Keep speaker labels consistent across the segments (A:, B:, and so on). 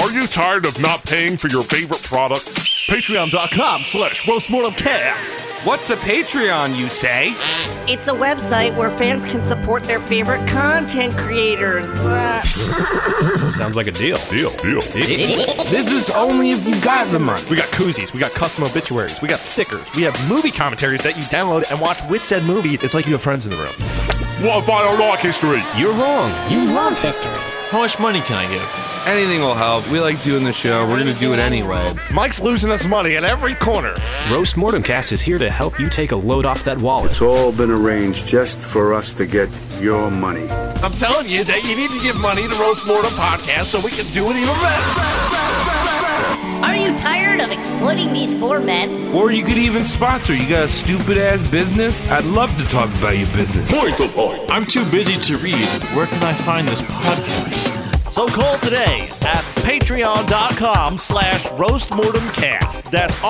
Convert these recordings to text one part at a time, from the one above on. A: Are you tired of not paying for your favorite product? Patreon.com slash roastmortemcast.
B: What's a Patreon, you say?
C: It's a website where fans can support their favorite content creators. Uh,
D: Sounds like a deal.
A: Deal, deal.
B: This is only if you got the money.
D: We got koozies, we got custom obituaries, we got stickers, we have movie commentaries that you download and watch with said movie. It's like you have friends in the room.
A: What if I don't like history?
D: You're wrong.
E: You love history.
D: How much money can I give?
B: Anything will help. We like doing the show. We're gonna do it anyway.
D: Mike's losing us money at every corner.
F: Roast Mortemcast is here to help you take a load off that wallet.
G: It's all been arranged just for us to get your money.
B: I'm telling you that you need to give money to Roast Mortem Podcast so we can do it even better.
E: Are you tired of exploiting these four men?
B: Or you could even sponsor. You got a stupid ass business? I'd love to talk about your business.
A: Point to point.
H: I'm too busy to read. Where can I find this podcast?
I: So call today at patreon.com slash roastmortemcast. That's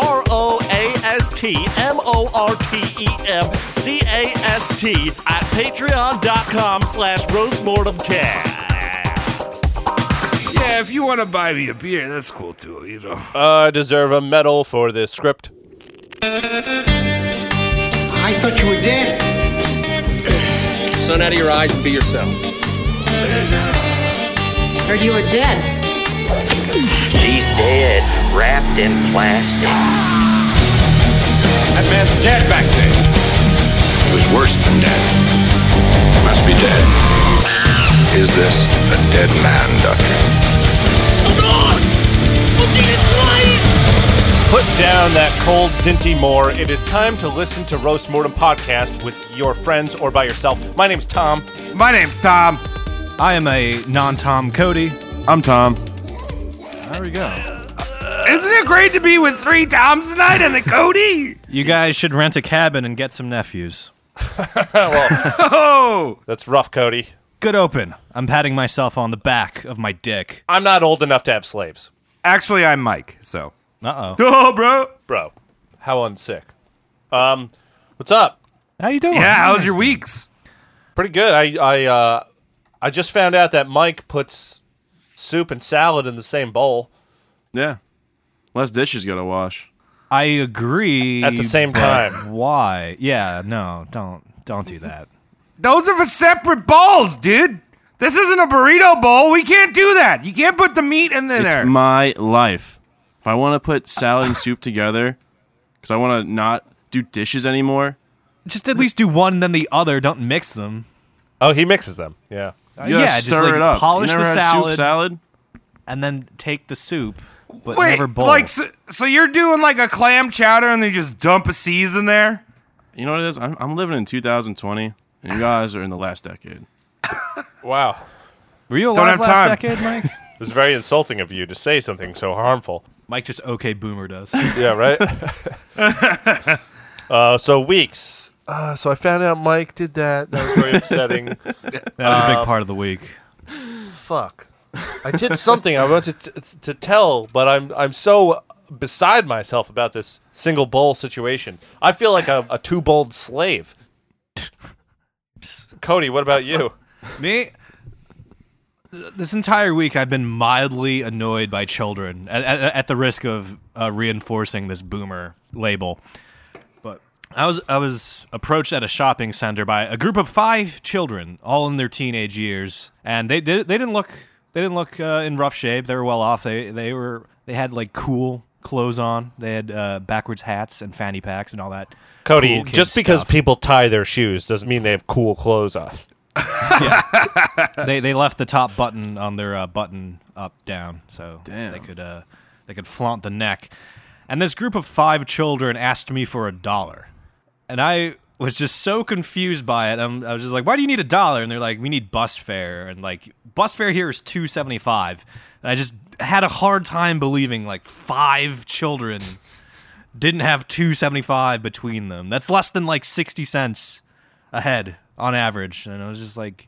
I: E R-O-A-S-T-M-O-R-T-E-M-C-A-S-T at patreon.com slash roastmortemcast.
B: Yeah, if you want to buy me a beer, that's cool too. You know.
J: I deserve a medal for this script.
K: I thought you were dead.
I: Sun out of your eyes and be yourself.
C: or you were dead.
K: She's dead, wrapped in plastic.
B: That man's dead back there.
G: It was worse than dead. Must be dead. Is this a dead man, Doctor?
J: Put down that cold Dinty Moore. It is time to listen to Roast Mortem Podcast with your friends or by yourself. My name's Tom.
B: My name's Tom.
D: I am a non Tom Cody.
B: I'm Tom.
D: There we go.
B: Isn't it great to be with three Toms tonight and a Cody?
D: You guys should rent a cabin and get some nephews.
B: Oh,
J: That's rough, Cody.
D: Good open. I'm patting myself on the back of my dick.
J: I'm not old enough to have slaves.
B: actually, I'm Mike. So.
D: Uh oh.
B: Oh, bro.
J: Bro, how unsick. Um, what's up?
D: How you doing?
B: Yeah, how's your weeks?
J: Pretty good. I I uh, I just found out that Mike puts soup and salad in the same bowl
H: Yeah. Less dishes gotta wash.
D: I agree.
J: at the same time.
D: Why? Yeah. No. Don't. Don't do that.
B: Those are for separate bowls, dude. This isn't a burrito bowl. We can't do that. You can't put the meat in
H: It's
B: there.
H: my life. If I want to put salad and soup together, because I want to not do dishes anymore.
D: Just at least do one, then the other. Don't mix them.
J: oh, he mixes them. Yeah.
H: You gotta
D: yeah, just,
H: stir
D: like,
H: it up.
D: polish
H: you never
D: the
H: had
D: salad.
H: Soup salad.
D: And then take the soup, but
B: Wait,
D: never bowl.
B: like so, so you're doing like a clam chowder and then you just dump a season there?
H: You know what it is? I'm, I'm living in 2020, and you guys are in the last decade.
J: Wow.
D: Were you
B: Don't
D: alive
B: have
D: last
B: time.
D: decade, Mike?
J: It was very insulting of you to say something so harmful.
D: Mike just okay boomer does.
J: Yeah, right. uh, so weeks. Uh, so I found out Mike did that. That was very upsetting.
D: That was a big part of the week.
J: Fuck. I did something I wanted to, t- to tell, but I'm I'm so beside myself about this single bowl situation. I feel like a, a two bowled slave. Cody, what about you?
D: Me, this entire week I've been mildly annoyed by children at, at, at the risk of uh, reinforcing this boomer label. But I was I was approached at a shopping center by a group of five children, all in their teenage years, and they did they didn't look they didn't look uh, in rough shape. They were well off. They they were they had like cool clothes on. They had uh, backwards hats and fanny packs and all that.
J: Cody,
D: cool kid
J: just because
D: stuff.
J: people tie their shoes doesn't mean they have cool clothes on.
D: they they left the top button on their uh, button up down, so they could uh, they could flaunt the neck. And this group of five children asked me for a dollar, and I was just so confused by it. I'm, I was just like, "Why do you need a dollar?" And they're like, "We need bus fare," and like bus fare here is two seventy five. And I just had a hard time believing like five children didn't have two seventy five between them. That's less than like sixty cents a head on average, and I was just like.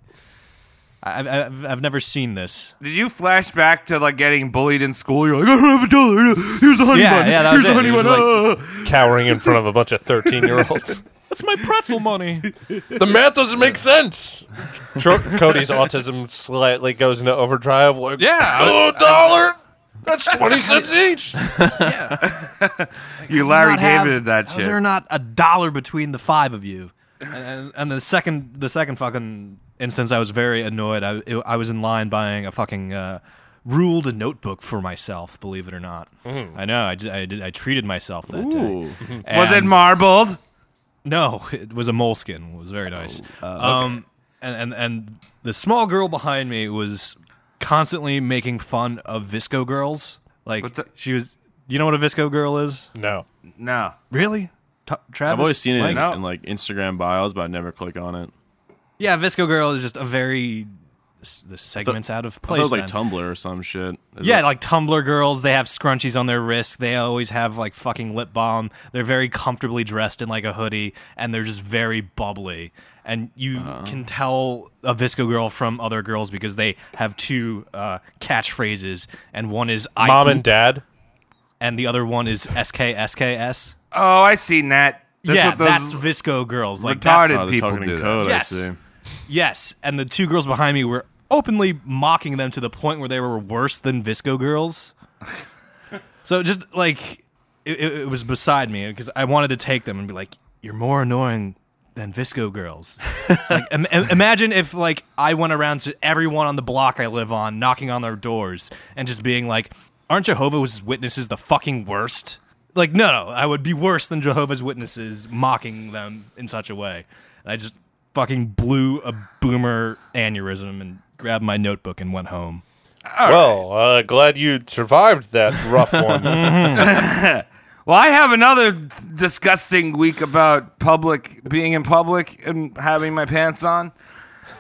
D: I've, I've, I've never seen this.
B: Did you flash back to like getting bullied in school? You're like, I don't have a dollar. Here's a honey
D: Yeah,
B: bun.
D: yeah, that
B: Here's
D: was
B: a
D: it.
B: honey
D: It was
B: bun.
D: like-
B: Ah.
J: Cowering in front of a bunch of 13 year olds.
D: That's my pretzel money.
J: The math doesn't make sense. Cody's autism slightly goes into overdrive. Like,
D: Yeah,
J: dollar. That's 20 cents each.
B: You Larry
D: Not have-
B: David that
D: how is
B: shit.
D: There not a dollar between the five of you. And, and, and the second, the second fucking instance, I was very annoyed. I, it- I was in line buying a fucking uh, ruled notebook for myself. Believe it or not,
B: Mm.
D: I know. I, did- I, did, I treated myself that
B: Ooh.
D: day.
B: Was it
D: marbled? No, it was a moleskin. It was very nice. Um, and, and and the small girl behind me was constantly making fun of visco girls. Like she was. You know what a visco girl is?
J: No.
B: No.
D: Really? T- Travis?
H: I've always seen it in,
D: Mike?
H: in like Instagram bios, but I never click on it.
D: Yeah, Visco Girl is just a very s- the segments out of
H: I thought
D: place.
H: it was like
D: then.
H: Tumblr or some shit. Is
D: yeah,
H: it-
D: like Tumblr girls, they have scrunchies on their wrists. They always have like fucking lip balm. They're very comfortably dressed in like a hoodie, and they're just very bubbly. And you
B: Uh-huh.
D: can tell a Visco girl from other girls because they have two uh, catchphrases, and one is I
J: Mom
D: poop,"
J: and dad.
D: and the other one is SKSKS.
B: Oh, I seen that. That's
D: yeah,
B: what those
D: that's Visco girls. Like
B: retarded
D: that's-
B: Oh, they're people talking do in that. code, I
D: Yes.
B: see.
D: yes, and the two girls behind me were openly mocking them to the point where they were worse than Visco girls. so just like it, it, it was beside me because I wanted to take them and be like, "You're more annoying than Visco girls." It's like, im- im- imagine if like I went around to everyone on the block I live on, knocking on their doors and just being like, "Aren't Jehovah's Witnesses the fucking worst?" Like, no, no, I would be worse than Jehovah's Witnesses, mocking them in such a way. And I just fucking blew a boomer aneurysm and grabbed my notebook and went home.
J: well, uh, glad you survived that rough one.
B: well, I have another disgusting week about public being in public and having my pants on.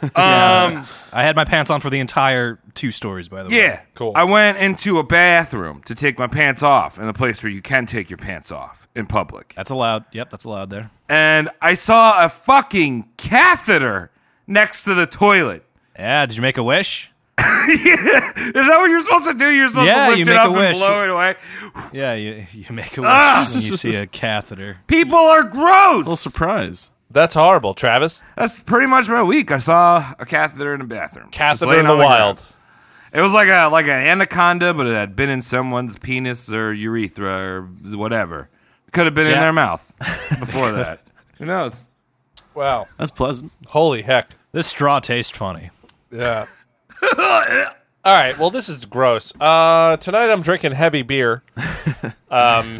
B: Um,
D: Yeah. I had my pants on for the entire two stories, by the way.
B: Yeah. I went into a bathroom to take my pants off in a place where you can take your pants off in public.
D: That's allowed. Yep, that's allowed there.
B: And I saw a fucking catheter next to the toilet.
D: Yeah, did you make a wish?
B: Is that what you're supposed to do? You're supposed
D: Yeah,
B: to lift
D: you
B: it
D: make a
B: up and
D: wish.
B: blow it away.
D: Yeah, you, you make a
B: Ah!
D: wish when you see a catheter.
B: People are gross. little
H: surprise.
J: That's horrible, Travis.
B: That's pretty much my week. I saw a catheter in a bathroom. Just
J: Catheter
B: laying
J: in the
B: on ground.
J: wild.
B: It was like a like an anaconda, but it had been in someone's penis or urethra or whatever. Could have been in
J: Yeah.
B: their mouth before that. Who knows?
J: Wow.
H: That's pleasant.
J: Holy heck.
D: This straw tastes funny.
J: Yeah. All right. Well, this is gross. Uh, tonight I'm drinking heavy beer, um,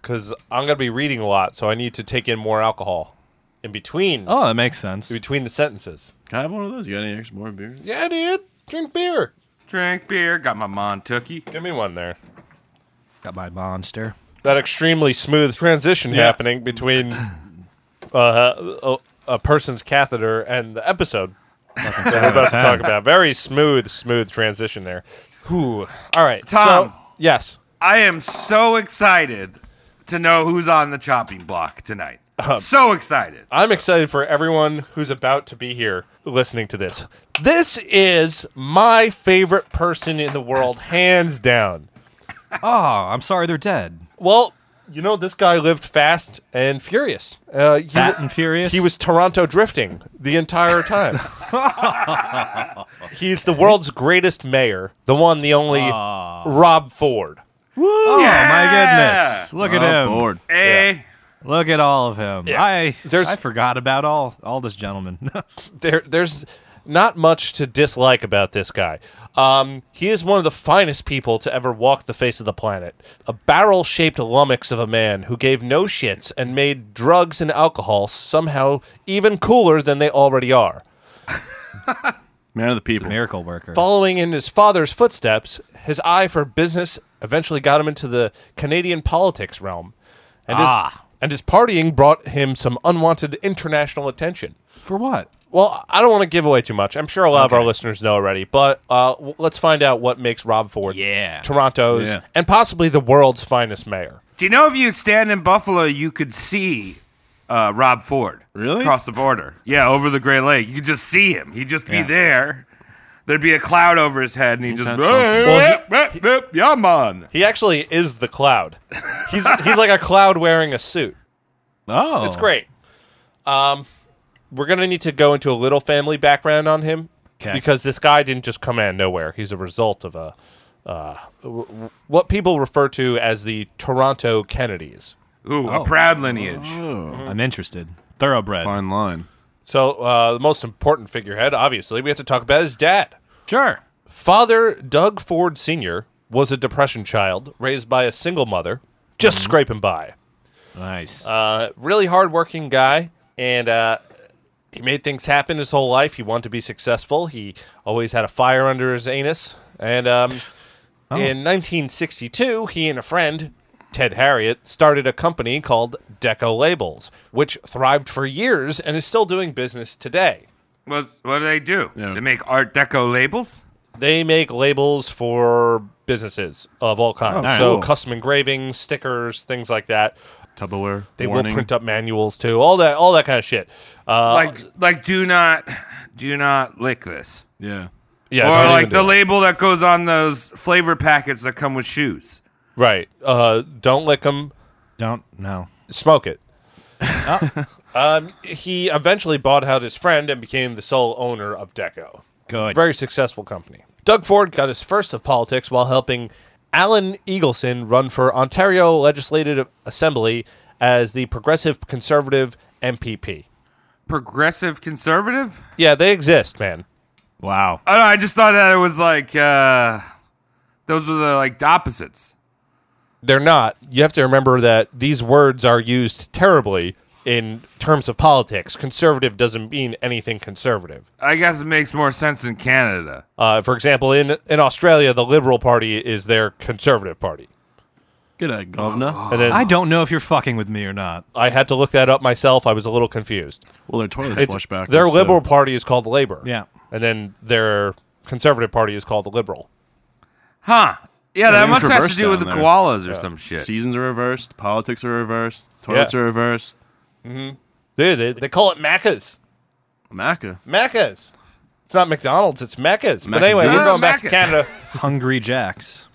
J: because I'm gonna be reading a lot, so I need to take in more alcohol in between.
D: Oh, that makes sense.
J: Between the sentences.
H: Can I have one of those? You got any extra more beers?
J: Yeah, dude. Drink beer.
B: Drink beer. Got my Montucky.
J: Give me one there.
D: Got my monster.
J: That extremely smooth transition
D: Yeah.
J: happening between uh, a, a person's catheter and the episode that we're about to talk about. Very smooth, smooth transition there. Whew. All right,
B: Tom.
J: so- yes.
B: I am so excited to know who's on the chopping block tonight.
D: Uh,
J: Um,
B: so excited.
J: I'm excited for everyone who's about to be here listening to this. This is my favorite person in the world, hands down.
D: Oh, I'm sorry they're dead.
J: Well, you know, this guy lived fast and furious. Uh, he,
D: Fat and furious?
J: He was Toronto drifting the entire time. He's the world's greatest mayor, the one, the only Rob Ford.
D: Oh my goodness! Look at
J: I'm
H: Oh,
D: him.
J: bored. Hey.
B: Eh?
D: Look at all of him.
J: Yeah.
D: I
J: There's-
D: I forgot about all all this gentleman.
J: there there's not much to dislike about this guy. Um, he is one of the finest people to ever walk the face of the planet. A barrel shaped lummox of a man who gave no shits and made drugs and alcohol somehow even cooler than they already are.
H: Man of the people.
D: miracle worker.
J: Following in his father's footsteps, his eye for business eventually got him into the Canadian politics realm. And his,
D: Ah.
J: and his partying brought him some unwanted international attention.
D: For what?
J: Well, I don't want to give away too much. I'm sure a lot of our
D: Okay.
J: listeners know already, but uh, w- let's find out what makes Rob Ford
D: Yeah.
J: Toronto's
D: Yeah.
J: and possibly the world's finest mayor.
B: Do you know if you stand in Buffalo, you could see uh, Rob Ford really across the border? Yeah, over the Great Lake, you could just see him. He'd just be
J: Yeah.
B: there. There'd be a cloud over his head, and he'd just
J: That's something. Well, he-
B: "Hey, hey, hey, yeah, man.
J: He actually is the cloud. He's he's like a cloud wearing a suit.
D: Oh,
J: It's great. Um, we're gonna need to go into a little family background on him
D: 'Kay.
J: because this guy didn't just come out of nowhere. He's a result of a uh, w- w- what people refer to as the Toronto Kennedys.
B: Ooh,
J: Oh.
B: a proud lineage.
D: I'm interested. Thoroughbred.
J: Fine line. So uh, the most important figurehead, obviously, we have to talk about his dad.
D: Sure.
J: Father Doug Ford Sr. was a depression child raised by a single mother, just scraping by.
D: Nice.
J: Uh, really hardworking guy, and uh, he made things happen his whole life. He wanted to be successful. He always had a fire under his anus. And um,
D: Oh.
J: in 1962, he and a friend, Ted Harriet, started a company called Deco Labels, which thrived for years and is still doing business today.
B: Was what do they do? They make Art Deco labels.
J: They make labels for businesses of all kinds.
B: Oh,
J: so
B: cool.
J: custom engravings, stickers, things like that.
H: Tupperware.
J: They
B: warning.
J: will print up manuals too. All that, all that kind of shit. Uh,
B: like like do not do not lick this.
H: Yeah.
J: Yeah,
B: or
J: don't
B: like
J: even do
B: the
J: it.
B: label that goes on those flavor packets that come with shoes.
J: Right. Uh, don't lick them.
D: Don't. No.
J: Smoke it. um, he eventually bought out his friend and became the sole owner of Deco.
D: Good.
J: Very successful company. Doug Ford got his first of politics while helping Alan Eagleson run for Ontario Legislative Assembly as the Progressive Conservative MPP.
B: Progressive conservative?
J: Yeah, they exist, man.
D: Wow.
B: I, don't know, I just thought that it was like uh, those are the like the opposites.
J: They're not. You have to remember that these words are used terribly in terms of politics. Conservative doesn't mean anything conservative.
B: I guess it makes more sense in Canada.
J: Uh, for example, in in Australia, the Liberal Party is their conservative party.
H: Good day, governor.
B: Uh,
J: And then-
D: I don't know if you're fucking with me or not.
J: I had to look that up myself. I was a little confused.
H: Well, their toilets
J: It's-
H: flush backwards,
J: Their
H: so-
J: Liberal Party is called Labor.
D: Yeah.
J: and then their conservative party is called Liberal.
B: Huh. Yeah,
H: Yeah,
B: that
H: things
B: must have to
H: reversed
B: do with the
H: down there.
B: koalas or
H: Yeah.
B: some shit.
H: Seasons are reversed. Politics are reversed. Toilets
J: Yeah.
H: are reversed.
J: Mm-hmm. They, they they call it Maccas.
H: Macca.
J: Maccas. It's not McDonald's. It's Maccas. But
D: Mac-
J: anyway, we're
D: Ah,
J: going back to
D: Maccas.
J: Canada.
D: Hungry Jacks,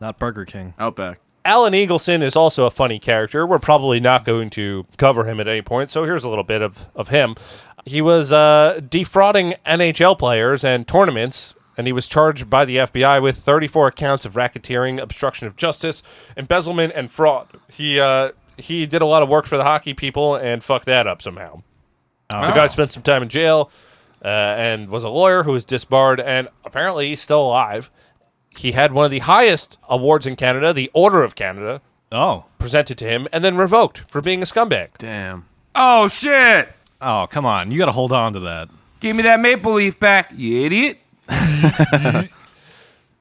D: not Burger King.
H: Outback.
J: Alan Eagleson is also a funny character. We're probably not going to cover him at any point, so here's a little bit of, of him. He was uh, defrauding NHL players and tournaments, and he was charged by the FBI with 34 counts of racketeering, obstruction of justice, embezzlement, and fraud. He uh, he did a lot of work for the hockey people and fucked that up somehow. The guy spent some time in jail uh, and was a lawyer who was disbarred, and apparently he's still alive. He had one of the highest awards in Canada, the Order of Canada.
D: Oh.
J: Presented to him and then revoked for being a scumbag.
H: Damn.
B: Oh shit!
D: Oh come on, you got to hold on to that.
B: Give me that maple leaf back, you idiot.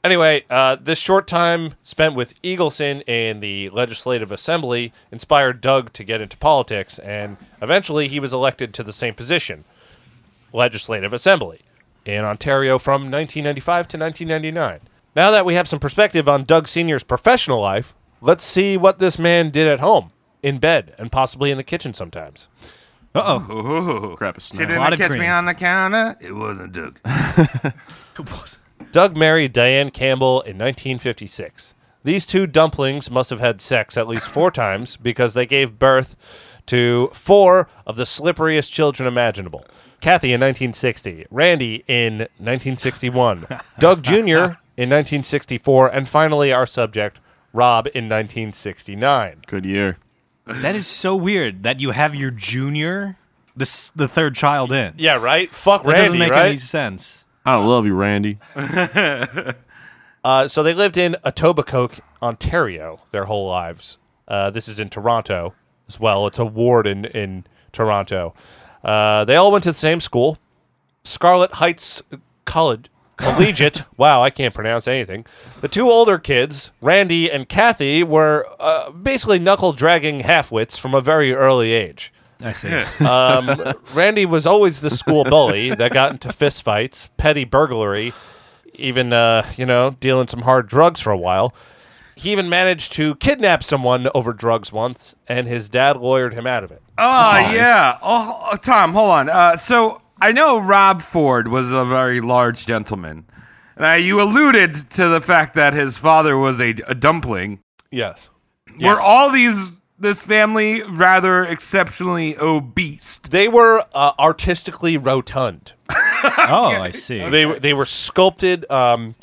J: Anyway, uh, this short time spent with Eagleson in the Legislative Assembly inspired Doug to get into politics, and eventually he was elected to the same position, Legislative Assembly, in Ontario from 1995 to 1999. Now that we have some perspective on Doug Sr.'s professional life, let's see what this man did at home, in bed, and possibly in the kitchen sometimes.
D: Uh
B: oh.
H: Crap, a
B: She didn't catch me on the counter. It wasn't Doug.
J: Doug married Diane Campbell in 1956. These two dumplings must have had sex at least four times because they gave birth to four of the slipperiest children imaginable. Kathy in 1960, Randy in 1961, Doug Jr. in 1964, and finally our subject, Rob in 1969.
H: Good year.
D: That is so weird that you have your junior, this the third child in.
J: Yeah, right? Fuck
D: That
J: Randy,
D: doesn't make
J: right?
D: any sense.
H: I love you, Randy.
J: uh, so they lived in Etobicoke, Ontario, their whole lives. Uh, this is in Toronto as well. It's a ward in in Toronto. Uh, they all went to the same school, Scarlet Heights College Collegiate. wow, I can't pronounce anything. The two older kids, Randy and Kathy, were uh, basically knuckle dragging halfwits from a very early age.
D: I see.
J: Um, Randy was always the school bully that got into fistfights, petty burglary, even uh, you know dealing some hard drugs for a while. He even managed to kidnap someone over drugs once, and his dad lawyered him out of it.
B: Oh, yeah. Oh, oh, Tom, hold on. Uh, so I know Rob Ford was a very large gentleman. Now, you alluded to the fact that his father was a, a dumpling.
J: Yes.
B: Were all these, this family rather exceptionally obese?
J: They were uh, artistically rotund.
D: oh, I see.
J: They were- they were sculpted. Um,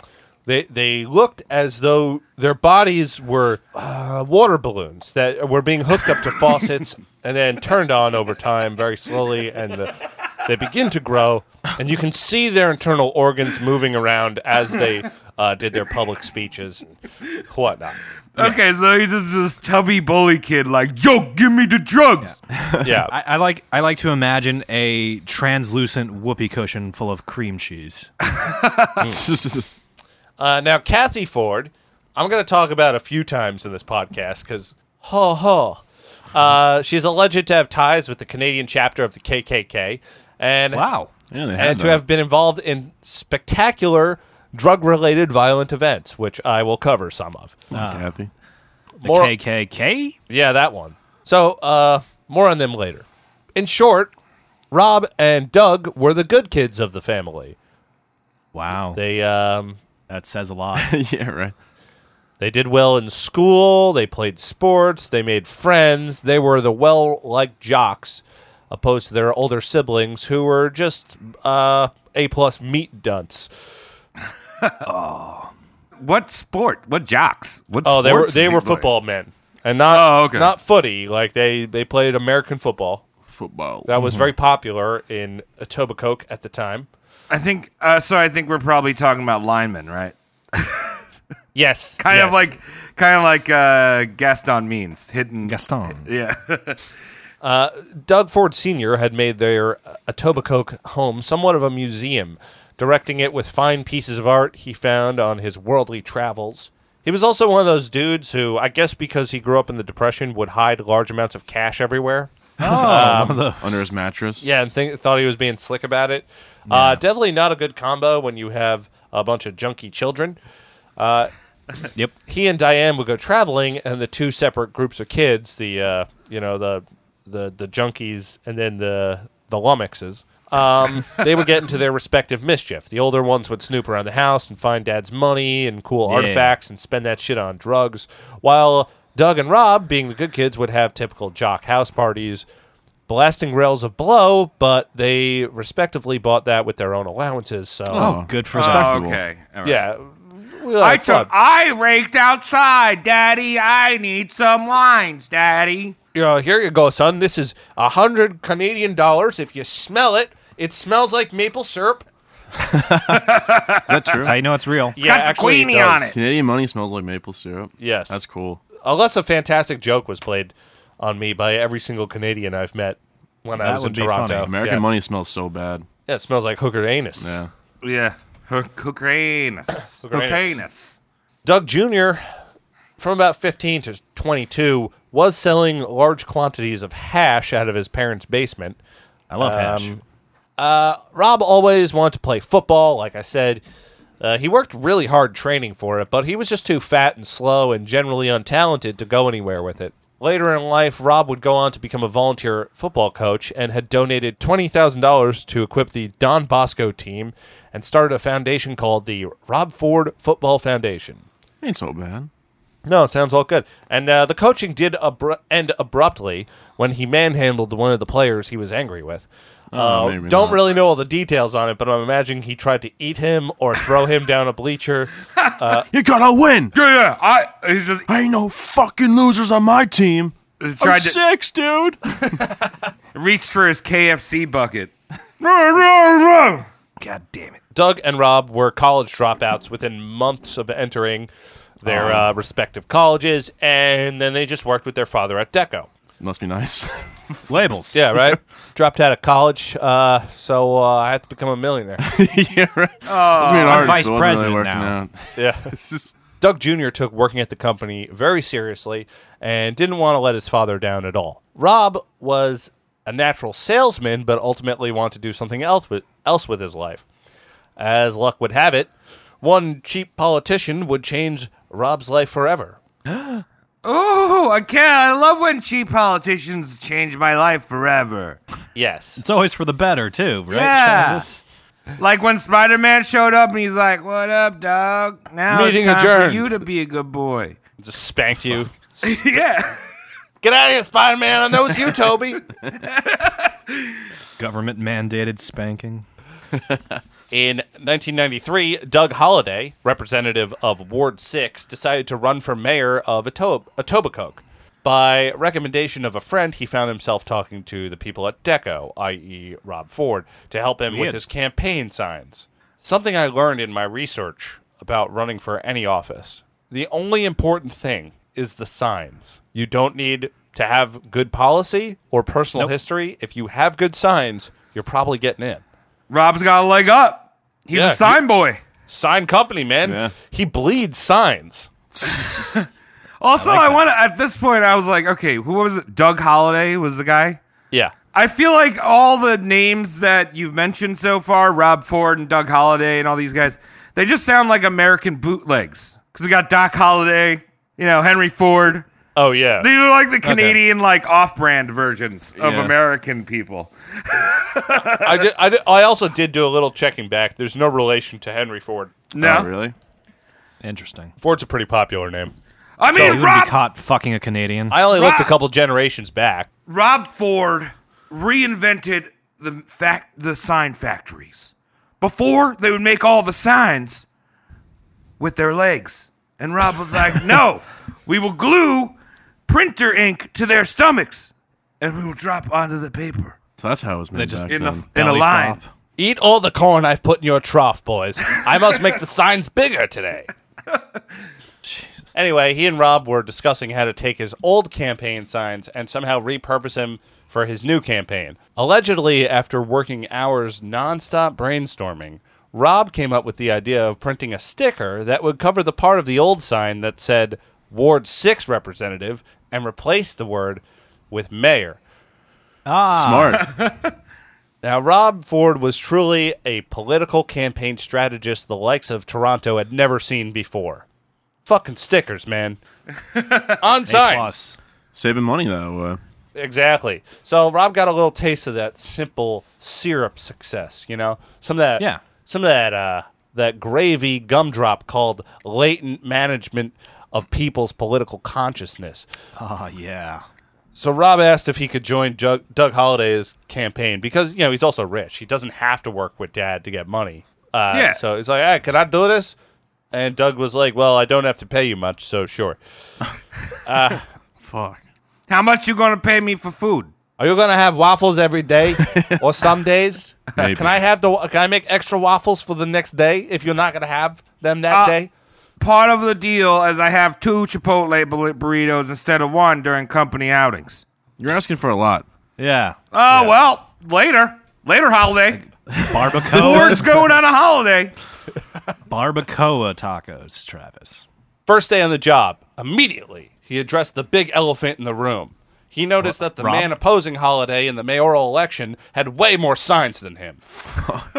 J: They they looked as though their bodies were uh, water balloons that were being hooked up to faucets and then turned on over time very slowly, and the, they begin to grow, and you can see their internal organs moving around as they uh, did their public speeches and whatnot.
B: Okay, so he's just this chubby bully kid, like, yo, give me the drugs.
J: Yeah.
D: I, I like I like to imagine a translucent whoopee cushion full of cream cheese.
J: Uh, now, Kathy Ford, I'm going to talk about a few times in this podcast because, ho ho, uh, she's alleged to have ties with the Canadian chapter of the KKK, and
D: Wow. I didn't know they had
J: and to
D: that.
J: have been involved in spectacular drug-related violent events, which I will cover some of.
H: Kathy.
D: The
J: More-
D: KKK?
J: Yeah, that one. So, uh, more on them later. In short, Rob and Doug were the good kids of the family.
D: Wow.
J: They um
D: that says a lot.
H: yeah, right.
J: They did well in school, they played sports, they made friends, they were the well-liked jocks opposed to their older siblings who were just uh A-plus meat dunce.
B: What sport? What jocks? What
J: Oh, they were
B: sports
J: they
B: does he
J: were
B: play?
J: football men. And not
B: Oh, okay.
J: not footy, like they they played American football.
H: Football.
J: That
B: Mm-hmm.
J: was very popular in Etobicoke at the time.
B: I think, uh, so I think we're probably talking about linemen, right?
J: Yes.
B: Kind of
J: yes.
B: like, kind of like uh, Gaston means hidden.
D: Gaston.
B: Yeah.
J: Uh, Doug Ford Sr. had made their uh, Etobicoke home somewhat of a museum, directing it with fine pieces of art he found on his worldly travels. He was also one of those dudes who, I guess because he grew up in the Depression, would hide large amounts of cash everywhere.
H: Under his mattress.
J: Yeah, and think, thought he was being slick about it. Uh, definitely not a good combo when you have a bunch of junky children. Uh,
D: Yep.
J: he and Diane would go traveling, and the two separate groups of kids, the uh, you know the the the junkies and then the the lummoxes, um, they would get into their respective mischief. The older ones would snoop around the house and find Dad's money and cool
D: Yeah.
J: artifacts and spend that shit on drugs, while Doug and Rob, being the good kids, would have typical jock house parties. Blasting rails of blow, but they respectively bought that with their own allowances. So,
D: Oh, good for
B: oh,
D: respectable.
B: okay. All right.
J: yeah, we
B: I
J: like club.
B: took, I raked outside, Daddy. I need some lines, Daddy.
J: you know, here you go, son. This is a hundred Canadian dollars. If you smell it, it smells like maple syrup.
H: Is that true?
D: That's how you know it's real.
J: Yeah,
B: Got the
J: actually, it
B: queenie
J: does.
B: on it.
H: Canadian money smells like maple syrup.
J: Yes.
H: That's cool.
J: Unless a fantastic joke was played on me by every single Canadian I've met when I
D: That
J: was in
D: would be
J: Toronto.
D: funny.
H: American
J: yeah.
H: money smells so bad.
J: Yeah, it smells like hooker anus.
H: Yeah.
B: Yeah. Cocainus.
J: Cocainus. Doug Jr., from about 15 to 22, was selling large quantities of hash out of his parents' basement.
D: I love hash.
J: Um, Rob always wanted to play football. Like I said, uh, he worked really hard training for it, but he was just too fat and slow and generally untalented to go anywhere with it. Later in life, Rob would go on to become a volunteer football coach and had donated $20,000 to equip the Don Bosco team and started a foundation called the Rob Ford Football Foundation.
H: Ain't so bad.
J: No, it sounds all good. And uh, the coaching did abru- end abruptly when he manhandled one of the players he was angry with.
H: Oh,
J: Uh,
H: maybe
J: don't
H: not.
J: really know all the details on it, but I'm imagining he tried to eat him or throw him down a bleacher.
H: You gotta win.
B: Yeah, yeah. I, he's just
H: Ain't no fucking losers on my team.
B: he's
H: I'm
B: tried to
H: six, dude.
B: reach for his KFC bucket. Run, run, run.
D: God damn it.
J: Doug and Rob were college dropouts within months of entering their uh, respective colleges, and then they just worked with their father at Deco.
H: Must be nice.
D: Labels.
J: Yeah, right? Dropped out of college, uh, so uh, I had to become a millionaire.
H: yeah, right.
J: Uh,
H: Must be an artist,
D: vice
H: but wasn't really
D: president
H: working
D: now.
H: out.
J: yeah.
H: It's just-
J: Doug Jr. took working at the company very seriously and didn't want to let his father down at all. Rob was a natural salesman, but ultimately wanted to do something else with, else with his life. As luck would have it, one cheap politician would change Rob's life forever.
B: Ooh, I can't. I love when cheap politicians change my life forever.
J: Yes.
D: It's always for the better too, right?
B: Yeah.
D: Travis?
B: Like when Spider Man showed up and he's like, "What up, dog? Now
J: Meeting
B: it's time
J: adjourned."
B: for you to be a good boy."
J: Just spanked you.
B: yeah.
J: Get out of here, Spider Man. I know it's you, Toby.
D: Government mandated spanking.
J: In 1993, Doug Holliday, representative of Ward 6, decided to run for mayor of Etob- Etobicoke. By recommendation of a friend, he found himself talking to the people at DECO, i.e., Rob Ford, to help him with
L: Weird.
J: his campaign signs. Something I learned in my research about running for any office the only important thing is the signs. You don't need to have good policy or personal history. If you have good signs, you're probably getting in.
B: Rob's got a leg up. He's a sign boy.
J: Sign company, man. He bleeds signs.
B: Also, I, want to. At this point, I was like, okay, who was it? Doug Holliday was the guy.
J: Yeah.
B: I feel like all the names that you've mentioned so far, Rob Ford and Doug Holliday and all these guys, they just sound like American bootlegs. Because we got Doc Holliday, you know, Henry Ford.
J: Oh yeah.
B: These are like the
J: Okay.
B: Canadian, like off-brand versions of
J: Yeah. Oh,
B: American people.
J: I, did, I, did, I also did do a little checking back. There's no relation to Henry Ford.
B: No.
D: Oh,
J: really?
D: Interesting.
J: Ford's a pretty popular name.
B: I mean,
D: he would
B: Rob-
D: be caught fucking a Canadian.
J: I only
B: Rob-
J: looked a couple generations back.
B: Rob Ford reinvented the fact the sign factories. Before they would make all the signs with their legs, and Rob was like, "No, we will glue printer ink to their stomachs, and we will drop onto the paper."
H: So that's how it was made
B: just-
H: back
B: in a-
H: then.
B: in a Belly line. flop.
J: Eat all the corn I've put in your trough, boys. I must make the signs bigger today. anyway, he and Rob were discussing how to take his old campaign signs and somehow repurpose him for his new campaign. Allegedly, after working hours nonstop brainstorming, Rob came up with the idea of printing a sticker that would cover the part of the old sign that said Ward 6 representative and replace the word with mayor.
D: Ah.
J: Smart. now, Rob Ford was truly a political campaign strategist the likes of Toronto had never seen before. Fucking stickers, man. On signs.
H: Saving money though. Uh,
J: Exactly. So Rob got a little taste of that simple syrup success, you know? Some of that
D: Yeah.
J: some of that uh that gravy gumdrop called latent management of people's political consciousness.
D: Oh, yeah.
J: So Rob asked if he could join Doug, Doug Holliday's campaign because you know he's also rich. He doesn't have to work with Dad to get money. Uh,
B: Yeah.
J: So he's like, "Hey, can I do this?" And Doug was like, "Well, I don't have to pay you much, so sure." uh,
B: Fuck. How much you gonna pay me for food?
J: Are you gonna have waffles every day, or some days?
B: Maybe.
J: Can I have the? Can I make extra waffles for the next day if you're not gonna have them that
B: Uh,
J: day?
B: Part of the deal is I have two Chipotle bur- burritos instead of one during company outings.
H: you're asking for a lot.
D: Yeah.
B: Oh well, later, later holiday.
D: Barbacoa.
B: Ford's going on a holiday.
D: Barbacoa tacos, Travis.
J: First day on the job, immediately he addressed the big elephant in the room. He noticed that the
D: Rob?
J: man opposing Holiday in the mayoral election had way more signs than him.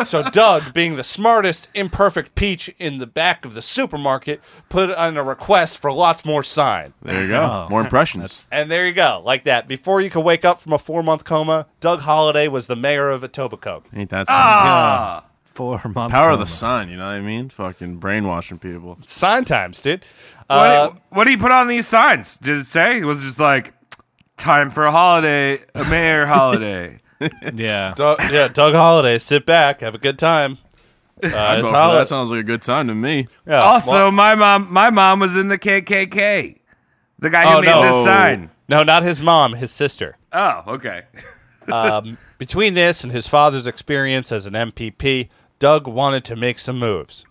J: so Doug, being the smartest imperfect peach in the back of the supermarket, put on a request for lots more signs.
H: There you go. More impressions.
J: And there you go, like that. Before you could wake up from a four-month coma, Doug Holiday was the mayor of Etobicoke.
H: Ain't that something?
J: Ah!
D: Four months.
H: Power of
J: coma.
H: the sun. You know what I mean? Fucking brainwashing people.
J: Sign times, dude.
H: Uh,
B: what, do you, what do you put on these signs? Did it say? It was just like time for a holiday, a mayor holiday.
D: yeah.
J: Doug, yeah, Doug Holiday, sit back, have a good time. Uh,
H: I'd
J: it's
H: vote for
J: holi-
H: that sounds like a good time to me.
J: Yeah,
B: also, my mom, my mom was in the KKK. The guy who
J: Oh,
B: made this sign.
J: No, not his mom, his sister.
B: Oh, okay.
J: um, between this and his father's experience as an MPP, Doug wanted to make some moves.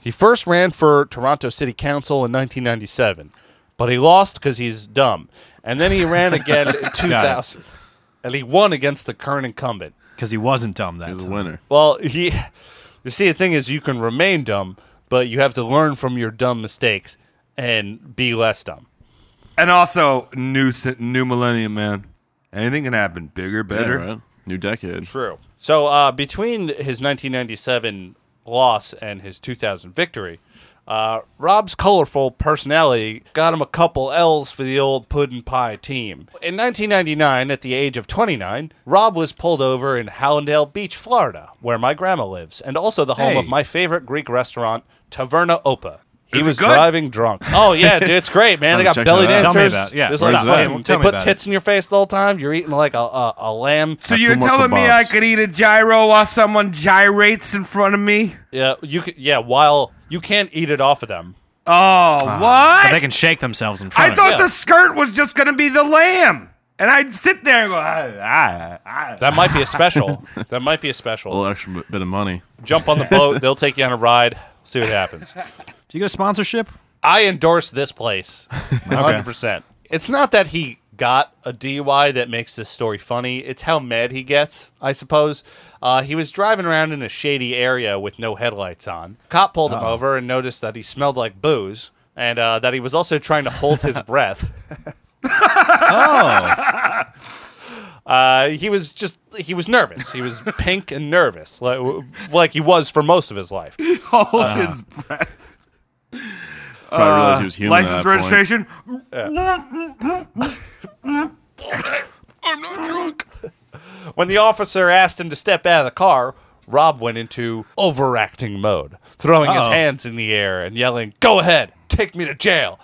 J: He first ran for Toronto City Council in 1997, but he lost because he's dumb. And then he ran again in 2000, and he won against the current incumbent.
D: Because he wasn't dumb that He's a
H: winner.
J: Well, he. You see, the thing is, you can remain dumb, but you have to learn from your dumb mistakes and be less dumb.
B: And also, new se- new millennium, man. Anything can happen. Bigger, better.
J: right.
H: New decade.
J: True. So uh, between his 1997 loss and his 2000 victory, uh, Rob's colorful personality got him a couple L's for the old puddin' pie team. In 1999, at the age of 29, Rob was pulled over in Hallandale Beach, Florida, where my grandma lives, and also the home
D: Hey.
J: of my favorite Greek restaurant, Taverna Opa. He
M: Is it
J: was
M: good?
J: driving drunk. Oh yeah, dude, it's great, man.
M: I'm
J: They got
M: checking
J: belly
M: it out. Tell me
J: dancers.
M: about it. Yeah,
J: There's
M: where's
J: like
M: that?
J: fucking-
M: Tell me
J: they put
M: about
J: tits in your face the whole time. You're eating like a a, a lamb.
B: So you're telling me I could eat a gyro while someone gyrates in front of me?
J: Yeah, you could. Yeah, while you can't eat it off of them.
B: Oh,
D: Ah,
B: what?
D: But they can shake themselves in front
B: I
D: of
B: thought
D: you.
B: the skirt was just going to be the lamb. And I'd sit there and go, ah, ah, ah.
J: That might be a special. that might be a special.
H: A little extra b- bit of money.
J: Jump on the boat. They'll take you on a ride. See what happens. Do
D: you get a sponsorship?
J: I endorse this place. 100%. It's not that he got a DUI that makes this story funny. It's how mad he gets, I suppose. Uh, he was driving around in a shady area with no headlights on. Cop pulled him
M: Uh-oh.
J: over and noticed that he smelled like booze and uh, that he was also trying to hold his breath. Uh, he was just he was nervous. He was pink and nervous, like like he was for most of his life.
B: Hold his breath.
J: Probably realized he was
B: Uh,
J: human at that
B: License
J: point.
B: registration.
J: I'm not drunk. When the officer asked him to step out of the car, Rob went into overacting mode, throwing his
M: Uh-oh.
J: hands in the air and yelling, "Go ahead, take me to jail!"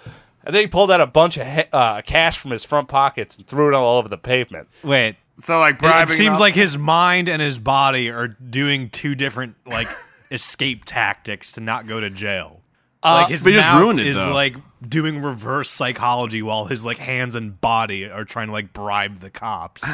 J: And then he pulled out a bunch of he- uh, cash from his front pockets and threw it all over the pavement.
D: Wait.
B: So like
D: It- It,
J: bribing
D: seems
J: them.
D: like his mind and his body are doing two different like escape tactics to not go to jail.
M: Uh,
D: like his
M: But he just
D: mouth
M: ruined it,
D: is
M: though.
D: like doing reverse psychology while his like hands and body are trying to like bribe the cops.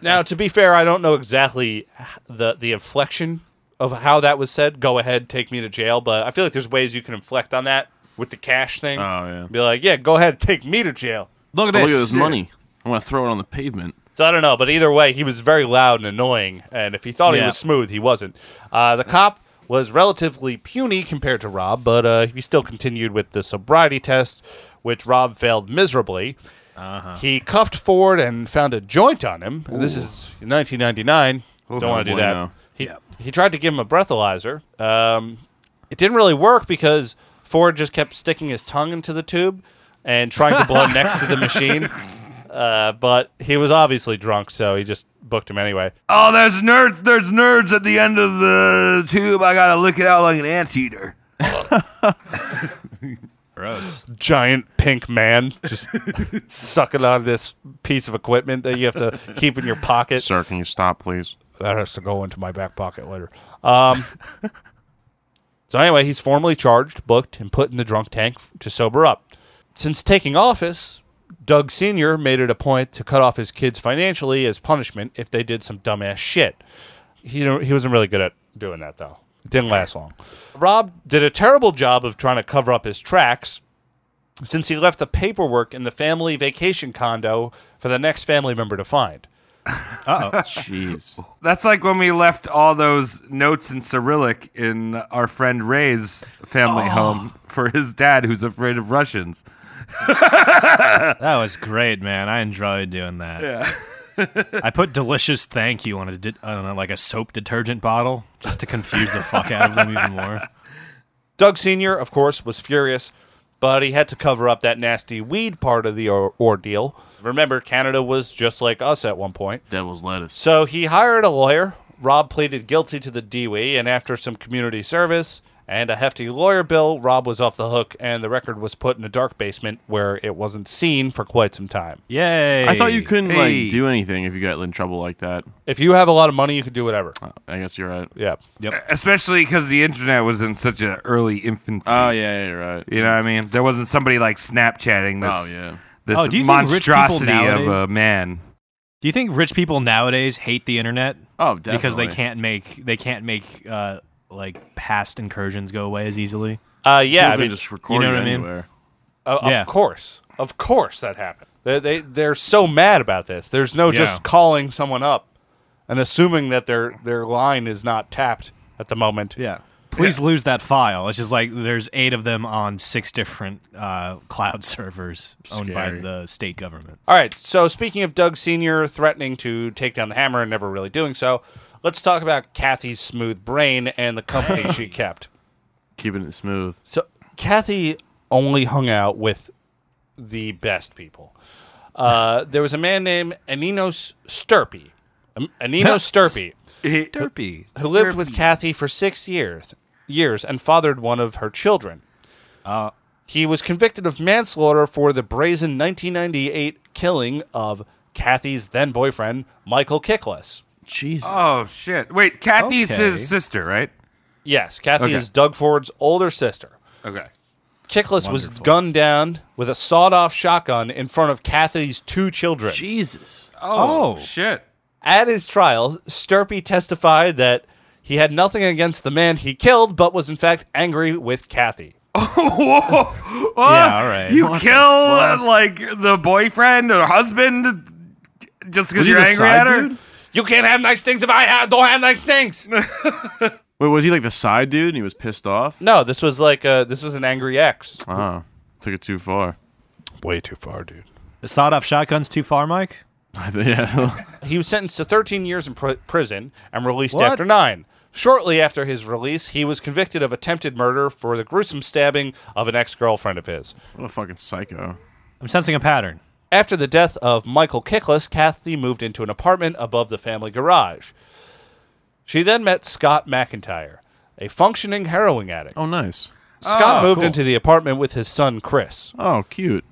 J: now, to be fair, I don't know exactly the the inflection of how that was said. Go ahead, take me to jail. But I feel like there's ways you can inflect on that with the cash thing. Oh yeah, be like, yeah, go ahead, take me to jail.
H: Oh, Look at this money. I want to throw it on the pavement.
J: So I don't know, but either way, he was very loud and annoying. And if he thought he
H: Yeah.
J: was smooth, he wasn't. Uh, the cop was relatively puny compared to Rob, but uh, he still continued with the sobriety test, which Rob failed miserably. Uh-huh. He cuffed Ford and found a joint on him. And This
M: Ooh.
J: is 1999. Don't
M: No
J: want to do that.
M: bueno.
J: He he tried to give him a breathalyzer. Um, it didn't really work because Ford just kept sticking his tongue into the tube and trying to blow next to the machine. Uh, but he was obviously drunk, so he just booked him anyway.
B: Oh, there's nerds. There's nerds at the end of the tube. I gotta lick it out like an anteater.
D: Gross.
J: Giant pink man just sucking on this piece of equipment that you have to keep in your pocket.
H: Sir, can you stop, please?
J: That has to go into my back pocket later. Um, so anyway, he's formally charged, booked, and put in the drunk tank f- to sober up. Since taking office, Doug Sr. made it a point to cut off his kids financially as punishment if they did some dumbass shit. He, don't- he wasn't really good at doing that, though. It didn't last long. Rob did a terrible job of trying to cover up his tracks since he left the paperwork in the family vacation condo for the next family member to find.
D: Uh oh.
H: Jeez.
B: That's like when we left all those notes in Cyrillic in our friend Ray's family home for his dad, who's afraid of Russians.
D: That was great, man. I enjoyed doing that. Yeah. I put delicious thank you on a di- I don't know, like a soap detergent bottle just to confuse the fuck out of them even more.
J: Doug Sr., of course, was furious, but he had to cover up that nasty weed part of the or- ordeal. Remember, Canada was just like us at one point.
H: Devil's lettuce.
J: So he hired a lawyer. Rob pleaded guilty to the DWI, and after some community service and a hefty lawyer bill, Rob was off the hook, and the record was put in a dark basement where it wasn't seen for quite some time.
D: Yay.
H: I thought you couldn't
J: Hey.
H: like do anything if you got in trouble like that.
J: If you have a lot of money, you can do whatever.
H: I guess you're right.
J: Yeah.
D: Yep.
B: Especially because the internet was in such an early infancy.
H: Oh yeah, yeah, you're right.
B: You know what I mean? There wasn't somebody like Snapchatting this.
H: Oh, yeah.
B: This
D: Oh, do you think rich people
B: monstrosity of a
D: nowadays-
B: man.
D: Do you think rich people nowadays hate the internet?
H: Oh,
D: Because they
H: definitely.
D: can't make they can't make uh, like past incursions go away as easily.
J: Uh, yeah, People I can mean-
H: just record
D: you know
H: it
D: what
H: anywhere.
J: Uh,
D: Yeah.
J: Of course, of course, that happened. They, they they're so mad about this. There's no
D: Yeah.
J: just calling someone up and assuming that their their line is not tapped at the moment.
D: Yeah. Please lose that file. It's just like there's eight of them on six different uh, cloud servers owned by
J: Scary.
D: the state government.
J: All right. So speaking of Doug Senior threatening to take down the hammer and never really doing so, let's talk about Kathy's smooth brain and the company she kept.
H: Keeping it smooth.
J: So Kathy only hung out with the best people. Uh, there was a man named Aninos Sturpy. Um, Aninos Sturpy.
D: Sturpy.
J: Who lived with Kathy for six years, years and fathered one of her children. he was convicted of manslaughter for the brazen 1998 killing of Kathy's then boyfriend, Michael Kickless.
H: Jesus.
B: Oh shit! Wait, Kathy's his sister.
J: right? Yes, Kathy
B: Okay.
J: is Doug Ford's older sister.
B: Okay.
J: Kickless was gunned down with a sawed off shotgun in front of Kathy's two children.
H: Jesus.
B: Oh, shit.
J: At his trial, Sturpey testified that he had nothing against the man he killed, but was in fact angry with Kathy.
B: Whoa! What?
J: all right.
B: You
J: What the
B: kill uh, like the boyfriend or husband just because you're angry at her.
J: You can't have nice things if I ha- don't have nice things.
H: Wait, was he like the side dude and he was pissed off?
J: No, this was like uh this was an angry ex.
H: Wow. Took it too far.
J: Way too far, dude.
D: The sawed off shotgun's too far, Mike?
H: yeah.
J: He was sentenced to 13 years in pr- prison and released
D: What?
J: after nine. Shortly after his release, he was convicted of attempted murder for the gruesome stabbing of an ex girlfriend of his.
H: What a fucking psycho.
D: I'm sensing a pattern.
J: After the death of Michael Kickless, Kathy moved into an apartment above the family garage. She then met Scott McIntyre, a functioning heroin addict.
H: Oh, nice.
J: Scott
H: Oh,
J: moved
H: cool.
J: into the apartment with his son, Chris.
H: Oh, cute.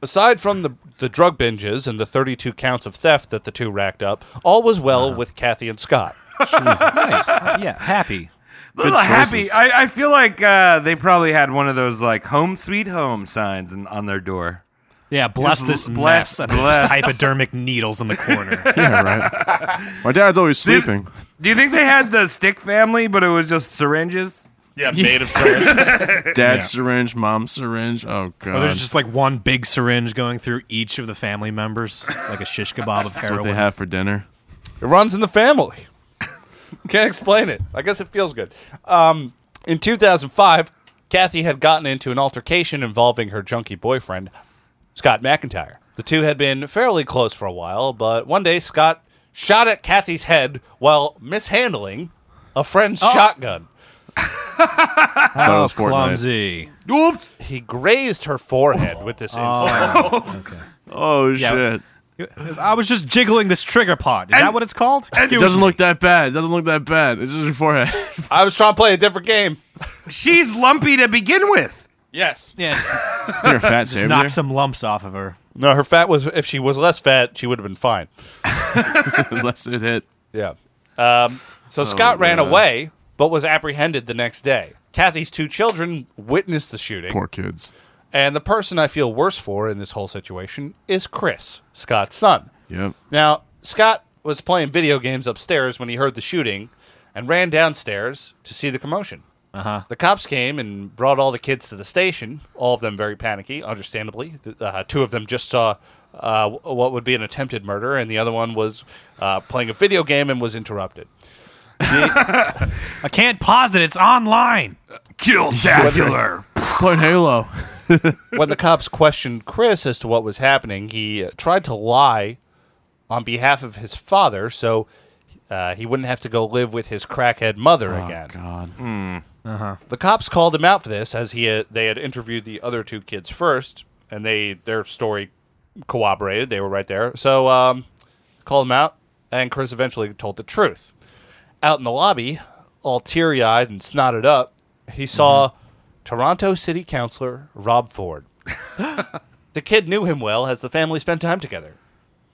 J: Aside from the, the drug binges and the 32 counts of theft that the two racked up, all was well with Kathy and Scott.
D: yeah, happy.
B: Little happy. I, I feel like uh, they probably had one of those like home sweet home signs in, on their door.
D: Yeah, bless
B: Just
D: this
B: l-
D: mess and there's just
B: bless.
D: hypodermic needles in the corner.
H: Yeah, right. My dad's always
B: Dude.
H: sleeping.
B: Do you think they had the stick family, but it was just syringes?
I: Yeah,
H: made of
B: syringes.
H: Dad's syringe, mom's syringe. Oh, God.
D: Or there's just like one big syringe going through each of the family members, like a shish kebab of
H: That's
D: heroin.
H: what they have for dinner.
J: It runs in the family. Can't explain it. I guess it feels good. Um, in 2005, Kathy had gotten into an altercation involving her junkie boyfriend, Scott McIntyre. The two had been fairly close for a while, but one day Scott shot at Kathy's head while mishandling a friend's shotgun.
D: How was Fortnite. clumsy.
B: Oops.
J: He grazed her forehead with this
D: Oh,
J: insult.
H: Oh,
D: Yeah.
H: shit.
D: I was just jiggling this trigger pot. Is that what it's called?
H: It
D: Excuse
H: doesn't
D: me.
H: look that bad. It doesn't look that bad. It's just your forehead.
J: I was trying to play a different game.
B: She's lumpy to begin with.
J: Yes.
D: Yes.
H: You're a fat
D: just
H: savior.
D: knock some lumps off of her.
J: No, her fat was. If she was less fat, she would have been fine.
H: Unless it hit.
J: Yeah. Um, so
H: Oh,
J: Scott ran
H: man.
J: away, but was apprehended the next day. Kathy's two children witnessed the shooting.
H: Poor kids.
J: And the person I feel worse for in this whole situation is Chris, Scott's son.
H: Yep.
J: Now, Scott was playing video games upstairs when he heard the shooting and ran downstairs to see the commotion.
D: Uh-huh.
J: The cops came and brought all the kids to the station, all of them very panicky, understandably. Th- Uh, two of them just saw uh, w- what would be an attempted murder, and the other one was uh, playing a video game and was interrupted.
D: I can't pause it. It's online.
B: Kill
H: Playing Halo.
J: when the cops questioned Chris as to what was happening, he uh, tried to lie on behalf of his father so uh, he wouldn't have to go live with his crackhead mother again.
H: God.
D: Uh-huh.
J: The cops called him out for this as he uh, they had interviewed the other two kids first, and they their story corroborated. They were right there, so um, called him out, and Chris eventually told the truth. Out in the lobby, all teary eyed and snotted up, he saw Toronto City Councilor Rob Ford. the kid knew him well as the family spent time together.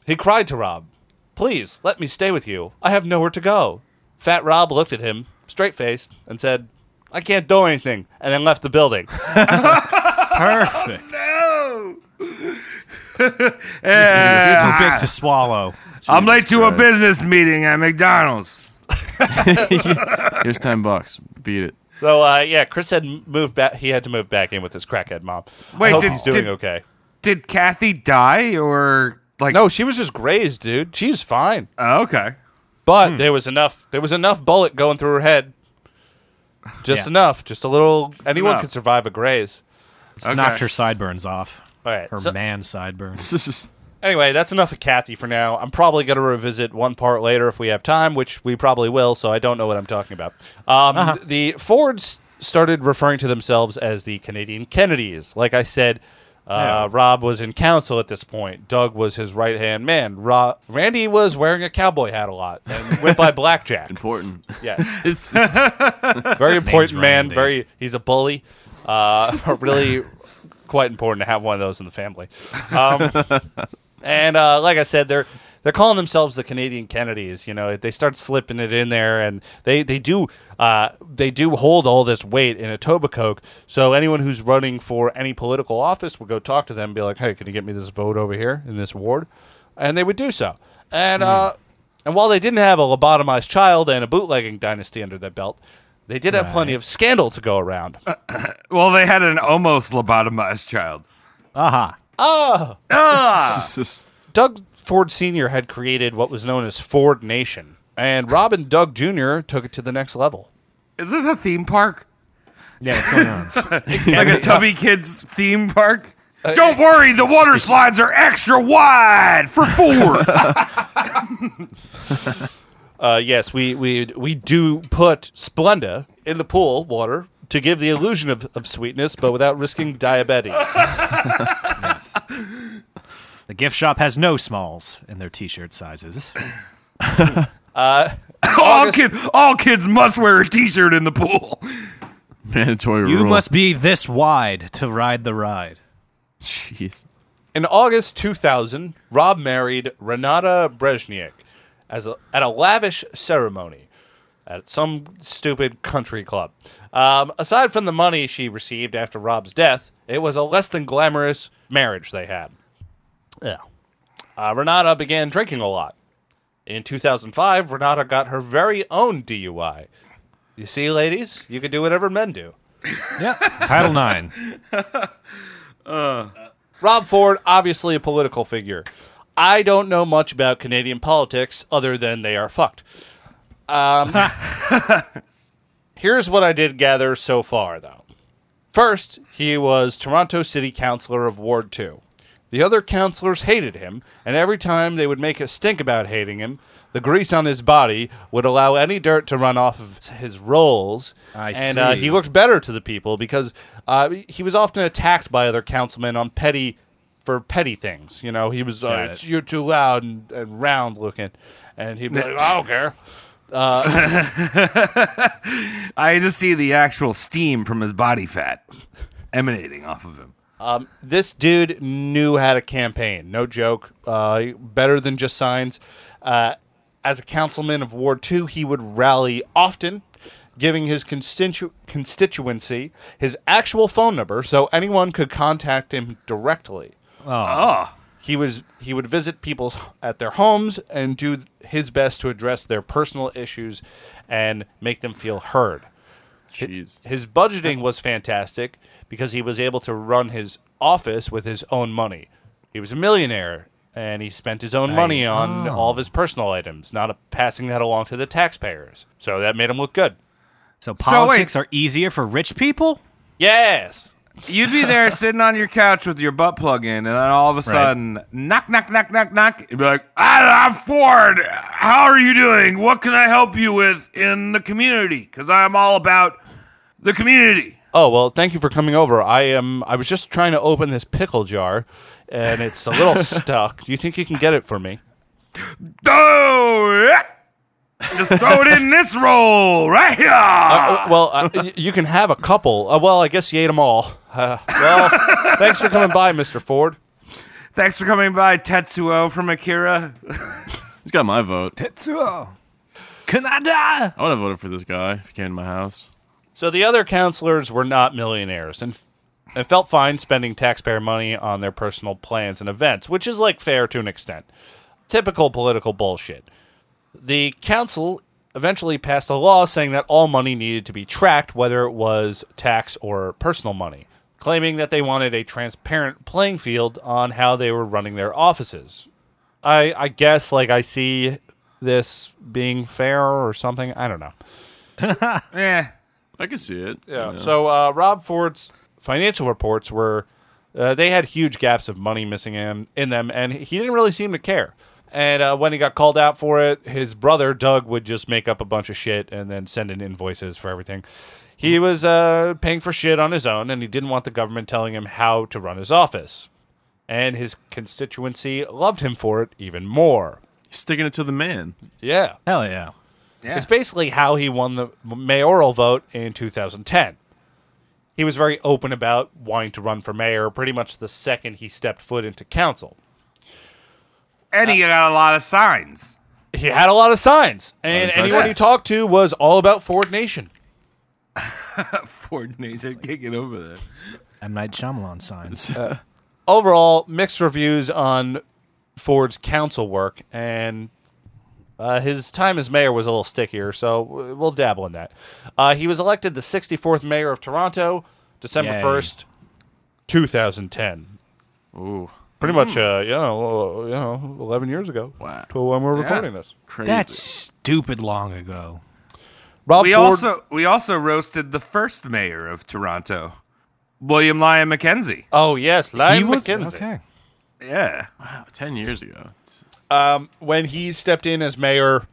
J: He cried to Rob, "Please let me stay with you. I have nowhere to go." Fat Rob looked at him, straight faced, and said, I can't do anything, and then left the building.
D: Perfect.
B: No.
D: It's too
B: Eh,
D: big to swallow.
B: I'm late to a
H: Christ.
B: business meeting at McDonald's.
H: Here's 10 bucks. Beat it.
J: So uh, yeah, Chris had m- moved back. He had to move back in with his crackhead mom.
B: Wait,
J: I hope
B: did-
J: he's doing
B: did-
J: okay.
B: Did Kathy die or like?
J: No, she was just grazed, dude. She's fine. Hmm.
B: Oh, okay.
J: Uh, But there was enough. There was enough bullet going through her head. Just
D: Yeah.
J: enough. Just a little. anyone
D: enough.
J: could survive a graze.
D: Just knocked her sideburns off.
J: All right,
D: Her
J: so-
D: man sideburns.
J: Anyway, that's enough of Kathy for now. I'm probably going to revisit one part later if we have time, which we probably will, so I don't know what I'm talking about. Um, The Fords started referring to themselves as the Canadian Kennedys. Like I said, uh, Rob was in council at this point. Doug was his right hand man. Ro- Randy was wearing a cowboy hat a lot and went by Blackjack.
H: Important.
J: Yes. very important man.
D: Randy.
J: Very. He's a bully. Uh, are really quite important to have one of those in the family. Um, and uh, like I said, they're they're calling themselves the Canadian Kennedys. You know, they start slipping it in there, and they they do uh, they do hold all this weight in Etobicoke. So anyone who's running for any political office would go talk to them, and be like, "Hey, can you get me this vote over here in this ward?" And they would do so. And uh, and while they didn't have a lobotomized child and a bootlegging dynasty under their belt, they did have plenty of scandal to go around.
B: well, they had an almost lobotomized child.
D: Aha.
J: Ah.
B: Ah.
J: Doug Ford Sr. had created what was known as Ford Nation, and Robin Doug Jr. took it to the next level.
B: Is this a theme park?
D: Yeah, what's going on?
B: like a tubby kids theme park? Don't worry, the water slides are extra wide for four.
J: Uh, yes, we, we we do put Splenda in the pool water to give the illusion of, of sweetness, but without risking diabetes.
D: The gift shop has no smalls in their t-shirt sizes.
J: uh,
B: all, kid, all kids must wear a t shirt in the pool.
H: Mandatory
D: You
H: rule.
D: must be this wide to ride the ride.
H: Jeez.
J: In August 2000, Rob married Renata Brezhniak as a, at a lavish ceremony at some stupid country club. Um, aside from the money she received after Rob's death, it was a less than glamorous marriage they had. Yeah. Uh, Renata began drinking a lot. In 2005, Renata got her very own DUI. You see, ladies, you can do whatever men do.
D: Yeah. Title nine.
J: Rob Ford, obviously a political figure. I don't know much about Canadian politics other than they are fucked. Um, here's what I did gather so far, though. First, he was Toronto City Councilor of Ward 2. The other councilors hated him, and every time they would make a stink about hating him, the grease on his body would allow any dirt to run off of his rolls.
D: I
J: and Uh,
D: see.
J: he looked better to the people because uh, he was often attacked by other councilmen on petty for petty things. You know, he was
D: Got
J: uh,
D: it.
J: "It's- you're too loud and, and round looking, and he'd be like, I don't care. Uh,
B: I just see the actual steam from his body fat emanating off of him.
J: Um, this dude knew how to campaign. No joke. Uh, better than just signs. Uh, as a councilman of Ward 2, he would rally often, giving his constitu- constituency his actual phone number so anyone could contact him directly.
B: Oh.
J: He was he would visit people at their homes and do his best to address their personal issues and make them feel heard.
H: Jeez.
J: His budgeting was fantastic because he was able to run his office with his own money. He was a millionaire and he spent his own money on all of his personal items, not uh, passing that along to the taxpayers. So that made him look good.
D: So Politics are easier for rich people?
J: Yes.
B: You'd be there sitting on your couch with your butt plug in, and then all of a sudden, knock, knock, knock, knock, knock. You'd be like, I, I'm Ford. How are you doing? What can I help you with in the community? Because I'm all about the community.
J: Oh well, thank you for coming over. I am. I was just trying to open this pickle jar, and it's a little stuck. Do you think you can get it for me?
B: Throw it. Just throw it in this roll right here.
J: Uh, well, uh, y- you can have a couple. Uh, well, I guess you ate them all. Uh, well, thanks for coming by, Mister Ford.
B: Thanks for coming by, Tetsuo from Akira.
H: He's got my vote.
D: Tetsuo. Canada.
H: I would have voted for this guy if he came to my house.
J: So the other counselors were not millionaires and, f- and felt fine spending taxpayer money on their personal plans and events, which is like fair to an extent. Typical political bullshit. The council eventually passed a law saying that all money needed to be tracked, whether it was tax or personal money, claiming that they wanted a transparent playing field on how they were running their offices. I, I guess, like, I see this being fair or something. I don't know.
B: Yeah.
H: I can see it.
J: Yeah.
H: you know.
J: So uh, Rob Ford's financial reports were uh, they had huge gaps of money missing in, in them, and he didn't really seem to care. And uh, when he got called out for it, his brother Doug would just make up a bunch of shit and then send in invoices for everything. He was uh, paying for shit on his own, and he didn't want the government telling him how to run his office. And his constituency loved him for it even more.
H: He's sticking it to the man.
J: Yeah.
D: Hell yeah.
B: Yeah.
J: It's basically how he won the mayoral vote in 2010. he was very open about wanting to run for mayor pretty much the second he stepped foot into council.
B: And he got a lot of signs.
J: He had a lot of signs. And anyone he talked to was all about Ford Nation.
B: Ford Nation, can't get over that.
D: M. Night Shyamalan signs. Uh,
J: overall, mixed reviews on Ford's council work, and uh, his time as mayor was a little stickier, so w- we'll dabble in that. Uh, he was elected the 64th mayor of Toronto, December
M: Yay.
J: 1st, 2010.
H: Ooh.
J: Pretty much, uh, you know, uh, you know, 11 years ago. Wow. To when we're
B: Yeah.
J: recording this.
B: Crazy. That's
D: stupid long ago.
J: Rob
B: we
J: Ford-
B: also we also roasted the first mayor of Toronto, William Lyon Mackenzie.
J: Oh yes, Lyon was- Mackenzie. okay.
B: Yeah.
H: Wow, 10 years ago.
J: um, when he stepped in as mayor,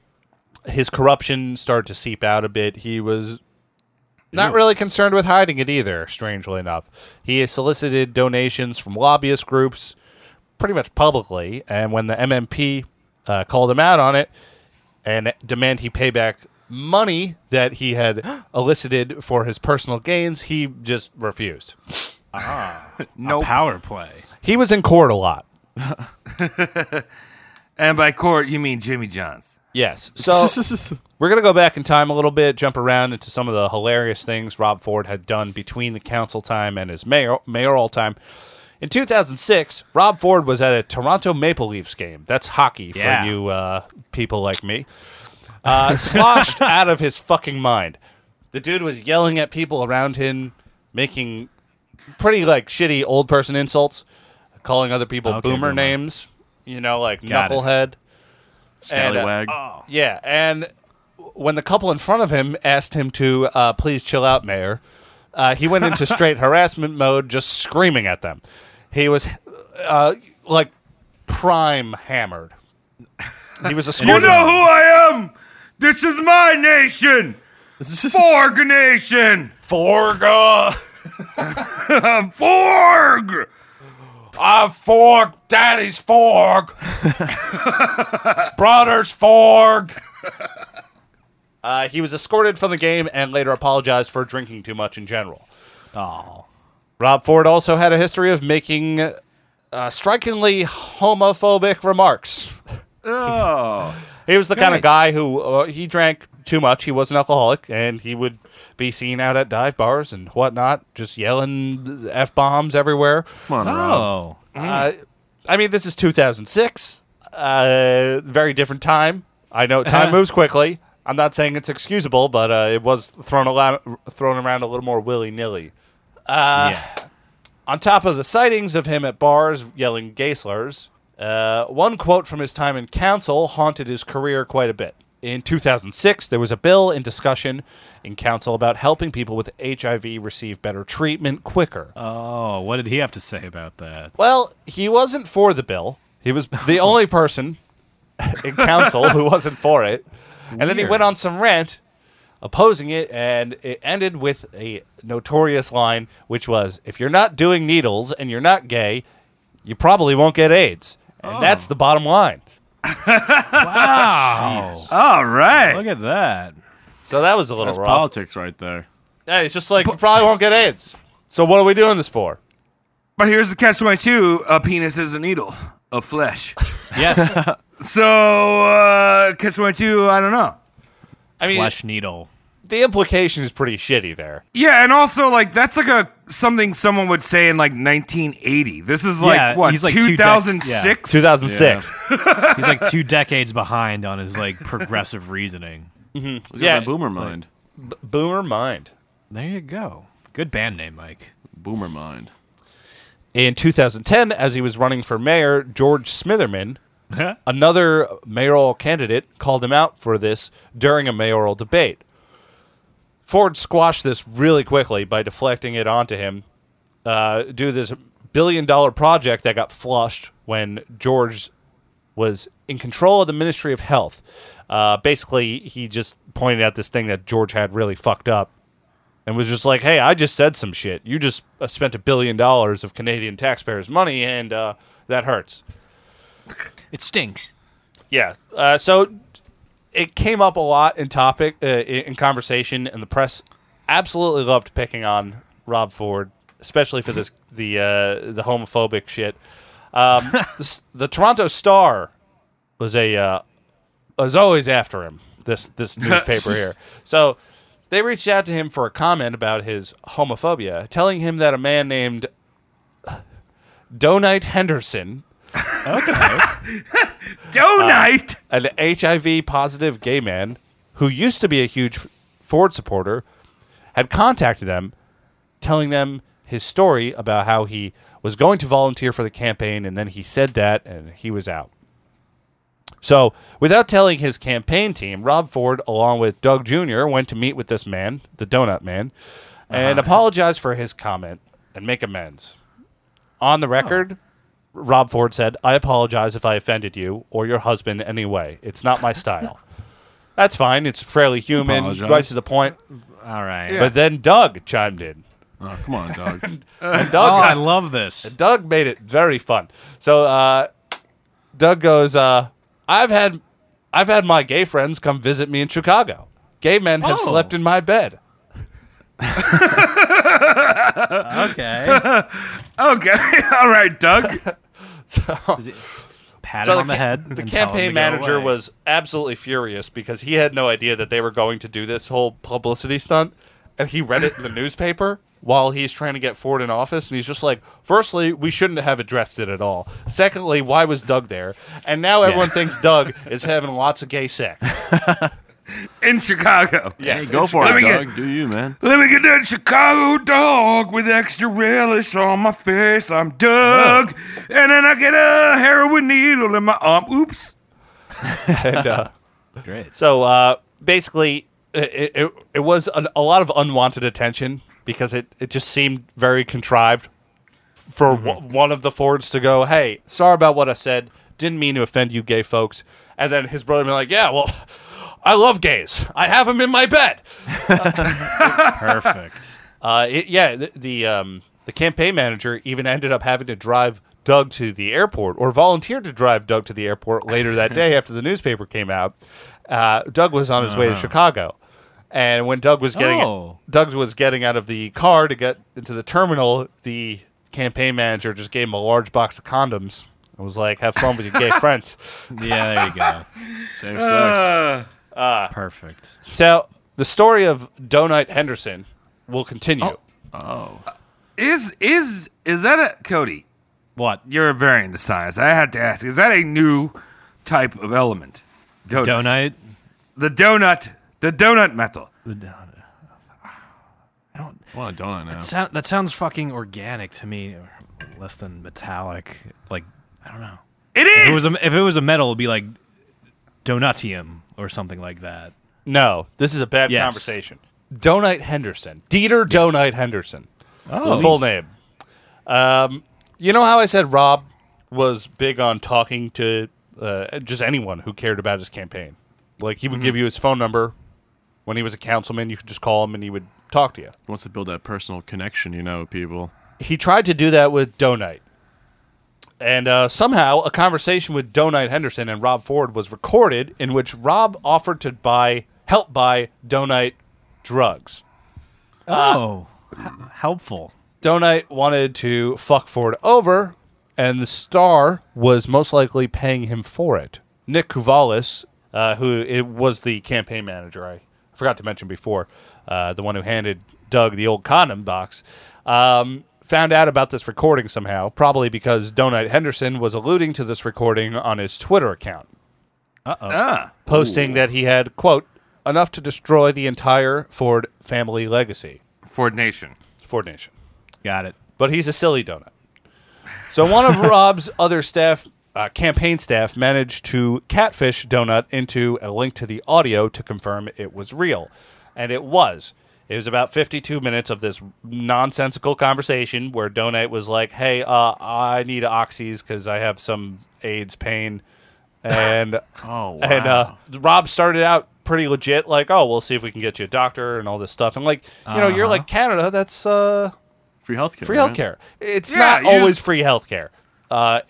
J: his corruption started to seep out a bit. He was not really concerned with hiding it either, strangely enough. He solicited donations from lobbyist groups pretty much publicly, and when the MMP uh, called him out on it and demand he pay back money that he had elicited for his personal gains, he just refused.
D: Ah, no power play.
J: He was in court a lot.
B: and by court you mean Jimmy Johns.
J: Yes. So we're going to go back in time a little bit, jump around into some of the hilarious things Rob Ford had done between the council time and his mayor, mayoral time. In 2006, Rob Ford was at a Toronto Maple Leafs game. That's hockey for
M: Yeah.
J: you uh, people like me. Uh, sloshed out of his fucking mind. The dude was yelling at people around him, making pretty like shitty old person insults, calling other people
M: Okay,
J: boomer
M: boomer.
J: names, you know, like
M: Got it.
J: knucklehead. And, uh,
M: Scallywag.
J: yeah, and when the couple in front of him asked him to uh, please chill out, Mayor, uh, he went into straight harassment mode, just screaming at them. He was uh, like prime hammered. He was
B: You know
J: escorted.
B: who I am. This is my nation. Forg Nation.
J: Forg. Uh,
B: Forg.
J: I fork, daddy's fork, brother's fork. Uh, he was escorted from the game and later apologized for drinking too much in general.
D: Oh.
J: Rob Ford also had a history of making uh, strikingly homophobic remarks.
B: Oh.
J: He was the kind of
B: Good.
J: guy who uh, he drank too much. He was an alcoholic, and he would be seen out at dive bars and whatnot, just yelling f bombs everywhere.
D: on, Rob. Oh.
J: uh, I mean, this is 2006. Uh, very different time. I know time moves quickly. I'm not saying it's excusable, but uh, it was thrown a lot, thrown around a little more willy nilly. Uh, On top of the sightings of him at bars yelling gay slurs, uh, one quote from his time in council haunted his career quite a bit. In 2006, there was a bill in discussion in council about helping people with HIV receive better treatment quicker.
D: Oh, what did he have to say about that?
J: Well, he wasn't for the bill. He was the only person in council who wasn't for it. And then he
D: Weird.
J: went on some rant opposing it, and it ended with a notorious line, which was If you're not doing needles and you're not gay, you probably won't get AIDS. And
D: Oh.
J: that's the bottom line.
D: wow.
B: All right.
D: Look at that.
J: So that was a little
H: That's
J: rough.
H: politics right there.
J: Hey, it's just like, you probably won't get AIDS. So what are we doing this for?
B: But here's the catch twenty two: a penis is a needle of flesh.
D: Yes.
B: so uh, catch twenty two. I don't know.
J: I mean-
D: Flesh needle.
J: The implication is pretty shitty there.
B: Yeah, and also like that's like a something someone would say in like 1980. This is like
D: Yeah,
B: what
D: he's like two dec-
B: 2006.
D: yeah.
J: 2006.
D: Yeah. He's like two decades behind on his like progressive reasoning.
J: Mm-hmm.
D: He's got that boomer
H: mind.
J: B- boomer mind.
D: There you go. Good band name, Mike.
H: Boomer mind.
J: In 2010, as he was running for mayor, George Smitherman, another mayoral candidate, called him out for this during a mayoral debate. Ford squashed this really quickly by deflecting it onto him uh, due to this billion dollar project that got flushed when George was in control of the Ministry of Health. Uh, basically, he just pointed out this thing that George had really fucked up and was just like, "Hey, I just said some shit. You just uh, spent a billion dollars of Canadian taxpayers' money, and uh, that hurts."
D: It stinks.
J: Yeah. Uh, so it came up a lot in topic uh, in in conversation, and the press absolutely loved picking on Rob Ford, especially for this the uh, the homophobic shit. Um, the, s- the Toronto Star was a uh, was always after him. This this newspaper here. So they reached out to him for a comment about his homophobia, telling him that a man named uh, Donite Henderson.
B: Donite?
J: Uh, an HIV positive gay man who used to be a huge Ford supporter had contacted them, telling them his story about how he was going to volunteer for the campaign, and then he said that, and he was out. So, without telling his campaign team, Rob Ford, along with Doug Jr., went to meet with this man, the Donut Man, and apologized for his comment and make amends. On the record, Rob Ford said, I apologize if I offended you or your husband anyway. It's not my style. That's fine. It's fairly human.
H: Apologize.
J: Right to the point.
D: All right.
J: But then Doug chimed in.
H: Oh, come on, Doug.
J: and Doug
D: Oh, I love this.
J: and Doug made it very fun. So uh, Doug goes, uh, I've had I've had my gay friends come visit me in Chicago. Gay men have
B: Oh.
J: slept in my bed.
D: okay.
B: okay. All right, Doug.
D: Pat
J: So
D: him on the
J: ca-
D: head.
J: The
D: and tell him
J: campaign
D: to go
J: manager
D: away.
J: was absolutely furious because he had no idea that they were going to do this whole publicity stunt, and he read it in the newspaper while he's trying to get Ford in office, and he's just like, firstly, we shouldn't have addressed it at all. Secondly, why was Doug there? And now everyone thinks Doug is having lots of gay sex.
B: in Chicago.
J: Yes,
H: Hey, go for it,
B: Let me
H: Doug.
B: get-
H: Do you, man?
B: Let me get that Chicago dog with extra relish on my face. I'm Doug, and then I get a heroin needle in my arm. Oops.
J: and uh,
D: Great.
J: So uh, basically, it, it, it was an, a lot of unwanted attention because it, it just seemed very contrived for w- one of the Fords to go, hey, sorry about what I said. Didn't mean to offend you gay folks. And then his brother be like, yeah, well, I love gays. I have them in my bed.
D: perfect.
J: Uh, it, yeah, the the, um, the campaign manager even ended up having to drive Doug to the airport, or volunteered to drive Doug to the airport later that day after the newspaper came out. Uh, Doug was on his way to
D: Uh-huh.
J: Chicago, and when Doug was getting
D: Oh.
J: Doug was getting out of the car to get into the terminal, the campaign manager just gave him a large box of condoms and was like, "Have fun with your gay friends."
D: Yeah, there you go.
H: Save sex.
D: Perfect.
J: So the story of Donut Henderson will continue.
H: Oh.
B: Is is is that a Cody?
D: What?
B: You're a variant of science. I had to ask. Is that a new type of element? Donut.
D: Donut.
B: The donut. The donut metal.
D: The donut.
H: I want a donut now.
D: That, sound, that sounds fucking organic to me, or less than metallic. Like I don't know.
B: It
D: If
B: is.
D: it was a, if it was a metal, it'd be like donutium or something like that.
J: No, this is a bad
D: Yes.
J: conversation. Donite Henderson, Dieter Donite Henderson,
D: Oh.
J: The full name. Um, you know how I said Rob was big on talking to uh, just anyone who cared about his campaign. Like he would
D: Mm-hmm.
J: give you his phone number when he was a councilman. You could just call him and he would talk to you.
H: Wants to build that personal connection, you know, people.
J: He tried to do that with Donite. And uh, somehow, a conversation with Donite Henderson and Rob Ford was recorded, in which Rob offered to buy, help buy Donite drugs.
D: Oh, h- helpful.
J: Donite wanted to fuck Ford over, and the star was most likely paying him for it. Nick Kuvalis, uh, who it was the campaign manager, I forgot to mention before, uh, the one who handed Doug the old condom box, um, found out about this recording somehow, probably because Donite Henderson was alluding to this recording on his Twitter account
B: Ah.
J: posting that he had quote enough to destroy the entire Ford family legacy.
B: Ford Nation.
J: Ford Nation.
D: Got it.
J: But he's a silly donut. So one of Rob's other staff, uh, campaign staff, managed to catfish Donut into a link to the audio to confirm it was real, and it was. It was about 52 minutes of this nonsensical conversation where Donut was like, "Hey, uh, I need oxys because I have some AIDS pain," and
H: Oh, wow.
J: and uh, Rob started out pretty legit, like, "Oh, we'll see if we can get you a doctor and all this stuff." And like, you know, you're
D: Uh-huh.
J: like Canada, that's uh,
H: free healthcare.
J: free
H: right?
J: healthcare. It's
B: Yeah,
J: not
B: you
J: always
B: just-
J: free healthcare. Uh,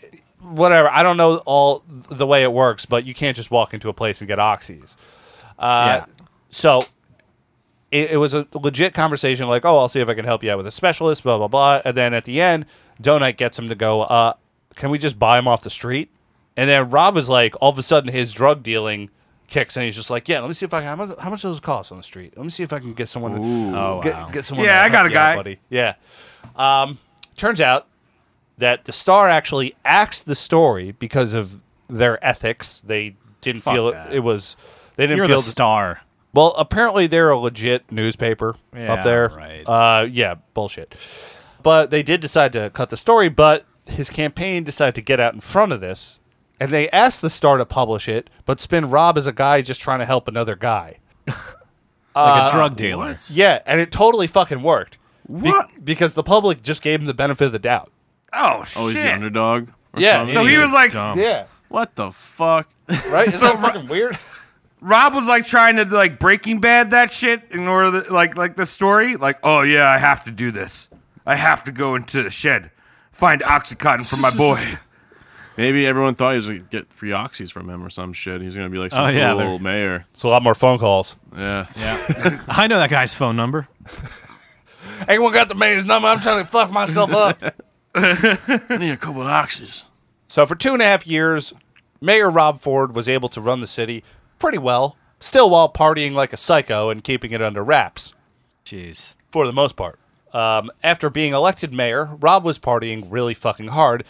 J: whatever. I don't know all the way it works, but you can't just walk into a place and get oxys. Uh,
D: Yeah.
J: So it, it was a legit conversation like, oh, I'll see if I can help you out with a specialist, blah, blah, blah. And then at the end, Donut gets him to go, uh, can we just buy him off the street? And then Rob is like, all of a sudden, his drug dealing kicks and he's just like, yeah, let me see if I can, how much, how much do those cost on the street? Let me see if I can get someone to
M: Oh,
J: get,
M: wow.
J: get someone.
M: Yeah,
J: to
M: I
J: help
M: got a
J: you out,
M: guy.
J: buddy. Yeah. Um, turns out that the star actually axed the story because of their ethics. They didn't
D: Fuck
J: feel it,
D: that.
J: it was. They didn't
D: You're
J: feel
D: the star.
J: Well, apparently they're a legit newspaper
D: Yeah,
J: up there.
D: right.
J: Uh, yeah, bullshit. But they did decide to cut the story. But his campaign decided to get out in front of this, and they asked the star to publish it, but spin Rob as a guy just trying to help another guy.
D: Like a
J: Uh,
D: drug dealer. What?
J: Yeah, and it totally fucking worked. What? because the public just gave him the benefit of the doubt.
B: Oh shit!
H: Oh, he's the underdog. or
J: Yeah,
H: something?
B: so he was like,
J: Yeah.
H: What the fuck?
J: Right? Isn't that fucking weird?
B: Rob was like trying to like Breaking Bad that shit in order to, like like the story like oh yeah I have to do this I have to go into the shed find oxycontin for my boy
H: Maybe everyone thought he was gonna get free oxys from him or some shit. He's gonna be like some
D: Oh, yeah,
H: cool
D: they're-
H: old mayor.
J: It's a lot more phone calls.
H: Yeah,
D: Yeah. I know that guy's phone number.
J: Anyone got the man's number? I'm trying to fuck myself up. I
H: need a couple of oxys.
J: So for two and a half years, Mayor Rob Ford was able to run the city pretty well, still while partying like a psycho and keeping it under wraps.
D: Jeez.
J: For the most part. Um, after being elected mayor, Rob was partying really fucking hard.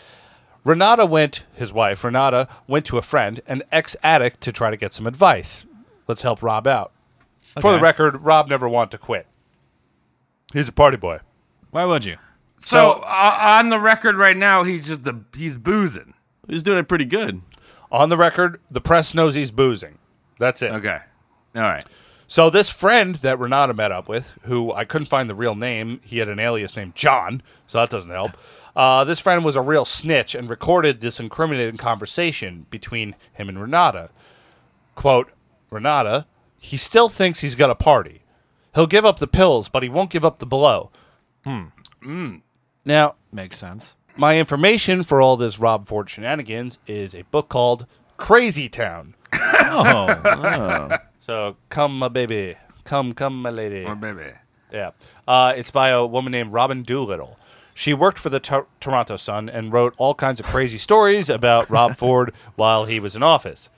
J: Renata went, his wife Renata, went to a friend, an ex addict, to try to get some advice. Let's help Rob out. For the
D: Okay.
J: record, Rob never wanted to quit. He's a party boy.
D: Why would you?
B: so, uh, on the record right now he's just a, he's boozing
H: he's doing it pretty good.
J: On the record, the press knows he's boozing. That's it.
B: Okay. All right.
J: So this friend that Renata met up with, who I couldn't find the real name, he had an alias named John, so that doesn't help. Uh, this friend was a real snitch and recorded this incriminating conversation between him and Renata. Quote, Renata, he still thinks he's got a party. He'll give up the pills, but he won't give up the blow.
D: Hmm.
J: Mm. Now,
D: Makes sense.
J: my information for all this Rob Ford shenanigans is a book called Crazy Town.
D: Oh. Oh.
J: So come, my baby. Come, come, my lady. My
B: baby.
J: Yeah. Uh, it's by a woman named Robin Doolittle. She worked for the Tor- Toronto Sun and wrote all kinds of crazy stories about Rob Ford while he was in office.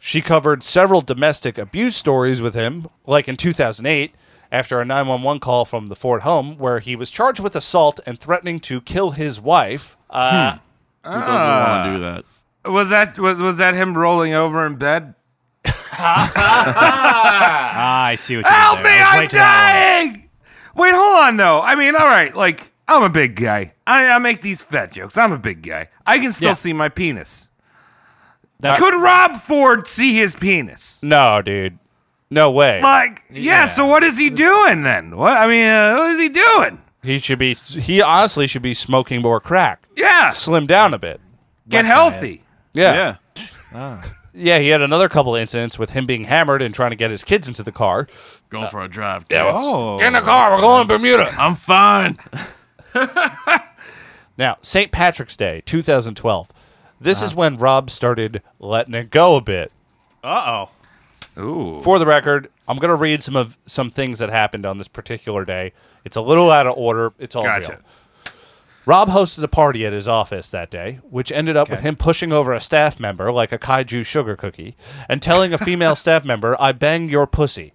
J: She covered several domestic abuse stories with him, like in 2008, after a 911 call from the Ford home, where he was charged with assault and threatening to kill his wife. Uh,
H: Who doesn't want to do that?
B: was that was was that him rolling over in bed
D: Ah, I see what you
B: Help
D: did
B: me!
D: there. I was
B: I'm
D: right to that one.
B: dying. Wait, hold on though. I mean, all right, like I'm a big guy. I, I make these fat jokes. I'm a big guy. I can still
J: Yeah.
B: see my penis.
J: That's-
B: Could Rob Ford see his penis?
J: No, dude. No way.
B: Like, yeah. So what is he doing then? What I mean, uh, what is he doing?
J: He should be. He honestly should be smoking more crack.
B: Yeah.
J: Slim down a bit.
B: Get healthy.
J: Yeah. Yeah. Yeah, he had another couple of incidents with him being hammered and trying to get his kids into the car.
H: Going for a drive.
J: Yeah,
H: kids.
J: let's- get in the car. We're going to Bermuda.
H: I'm fine.
J: Now, St. Patrick's Day, 2012. This
B: Uh-huh.
J: is when Rob started letting it go a bit.
D: Uh
B: oh. Ooh.
J: For the record, I'm going to read some of some things that happened on this particular day. It's a little out of order. It's all
B: Gotcha.
J: real. Rob hosted a party at his office that day, which ended up with him pushing over a staff member like a kaiju sugar cookie and telling a female staff member, "I bang your pussy."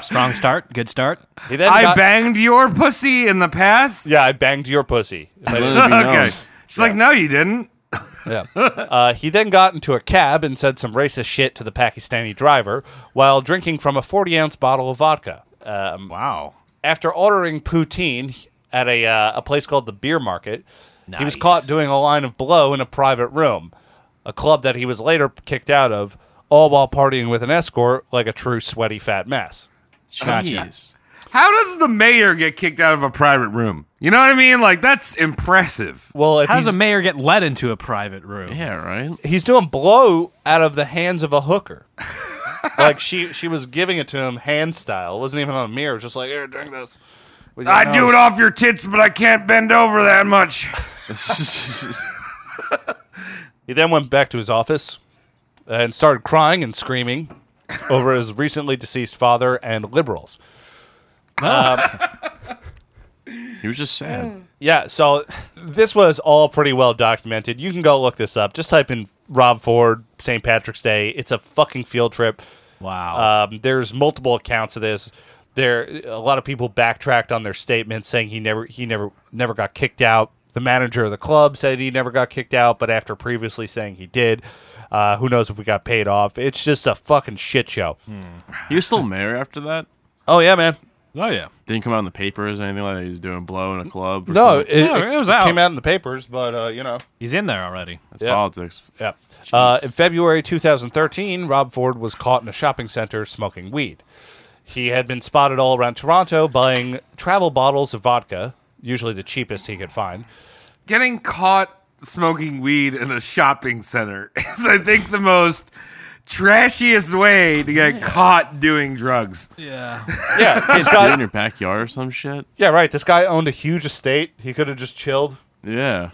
D: Strong start. Good start.
J: He then
B: I
J: got-
B: banged your pussy in the past.
J: Yeah, I banged your pussy. If I didn't-
B: okay. She's like, no, you didn't.
J: Yeah. Uh, he then got into a cab and said some racist shit to the Pakistani driver while drinking from a 40 ounce bottle of vodka. Um,
D: wow.
J: After ordering poutine at a, uh, a place called the Beer Market, he was
D: Nice.
J: caught doing a line of blow in a private room, a club that he was later kicked out of, all while partying with an escort like a true sweaty fat mess.
B: How does the mayor get kicked out of a private room? You know what I mean? Like that's impressive.
J: Well, if
D: How does a
J: he's-
D: mayor get led into a private room?
H: Yeah, right.
J: He's doing blow out of the hands of a hooker. like she she was giving it to him hand style. It wasn't even on a mirror. It was just like, here, drink this. With your
B: I do
J: nose.
B: it off your tits, but I can't bend over that much.
J: He then went back to his office and started crying and screaming. over his recently deceased father and liberals. Um,
H: he was just sad.
J: yeah, so this was all pretty well documented. You can go look this up. Just type in Rob Ford, St. Patrick's Day. It's a fucking field trip. Wow. Um, there's multiple accounts of this. There, a lot of people backtracked on their statements, saying he never, he never, never got kicked out. The manager of the club said he never got kicked out, but after previously saying he did, uh, who knows if we got paid off? It's just a fucking shit show.
H: He was still mayor after that.
J: Hmm. Oh yeah, man.
D: Oh yeah.
H: Didn't come out in the papers or anything like that. He was doing blow in a club. Or
J: No,
H: something.
J: it, it came out in the papers, but uh, you know,
D: He's in there already.
H: That's politics.
J: Yeah. Uh, in February 2013, Rob Ford was caught in a shopping center smoking weed. He had been spotted all around Toronto buying travel bottles of vodka, usually the cheapest he could find.
B: Getting caught smoking weed in a shopping center is, I think, the most trashiest way to get caught doing drugs.
D: Yeah.
J: Yeah,
H: It's
J: this
H: in
J: guy,
H: your backyard or some shit.
J: yeah, right. This guy owned a huge estate. He could have just chilled.
H: Yeah.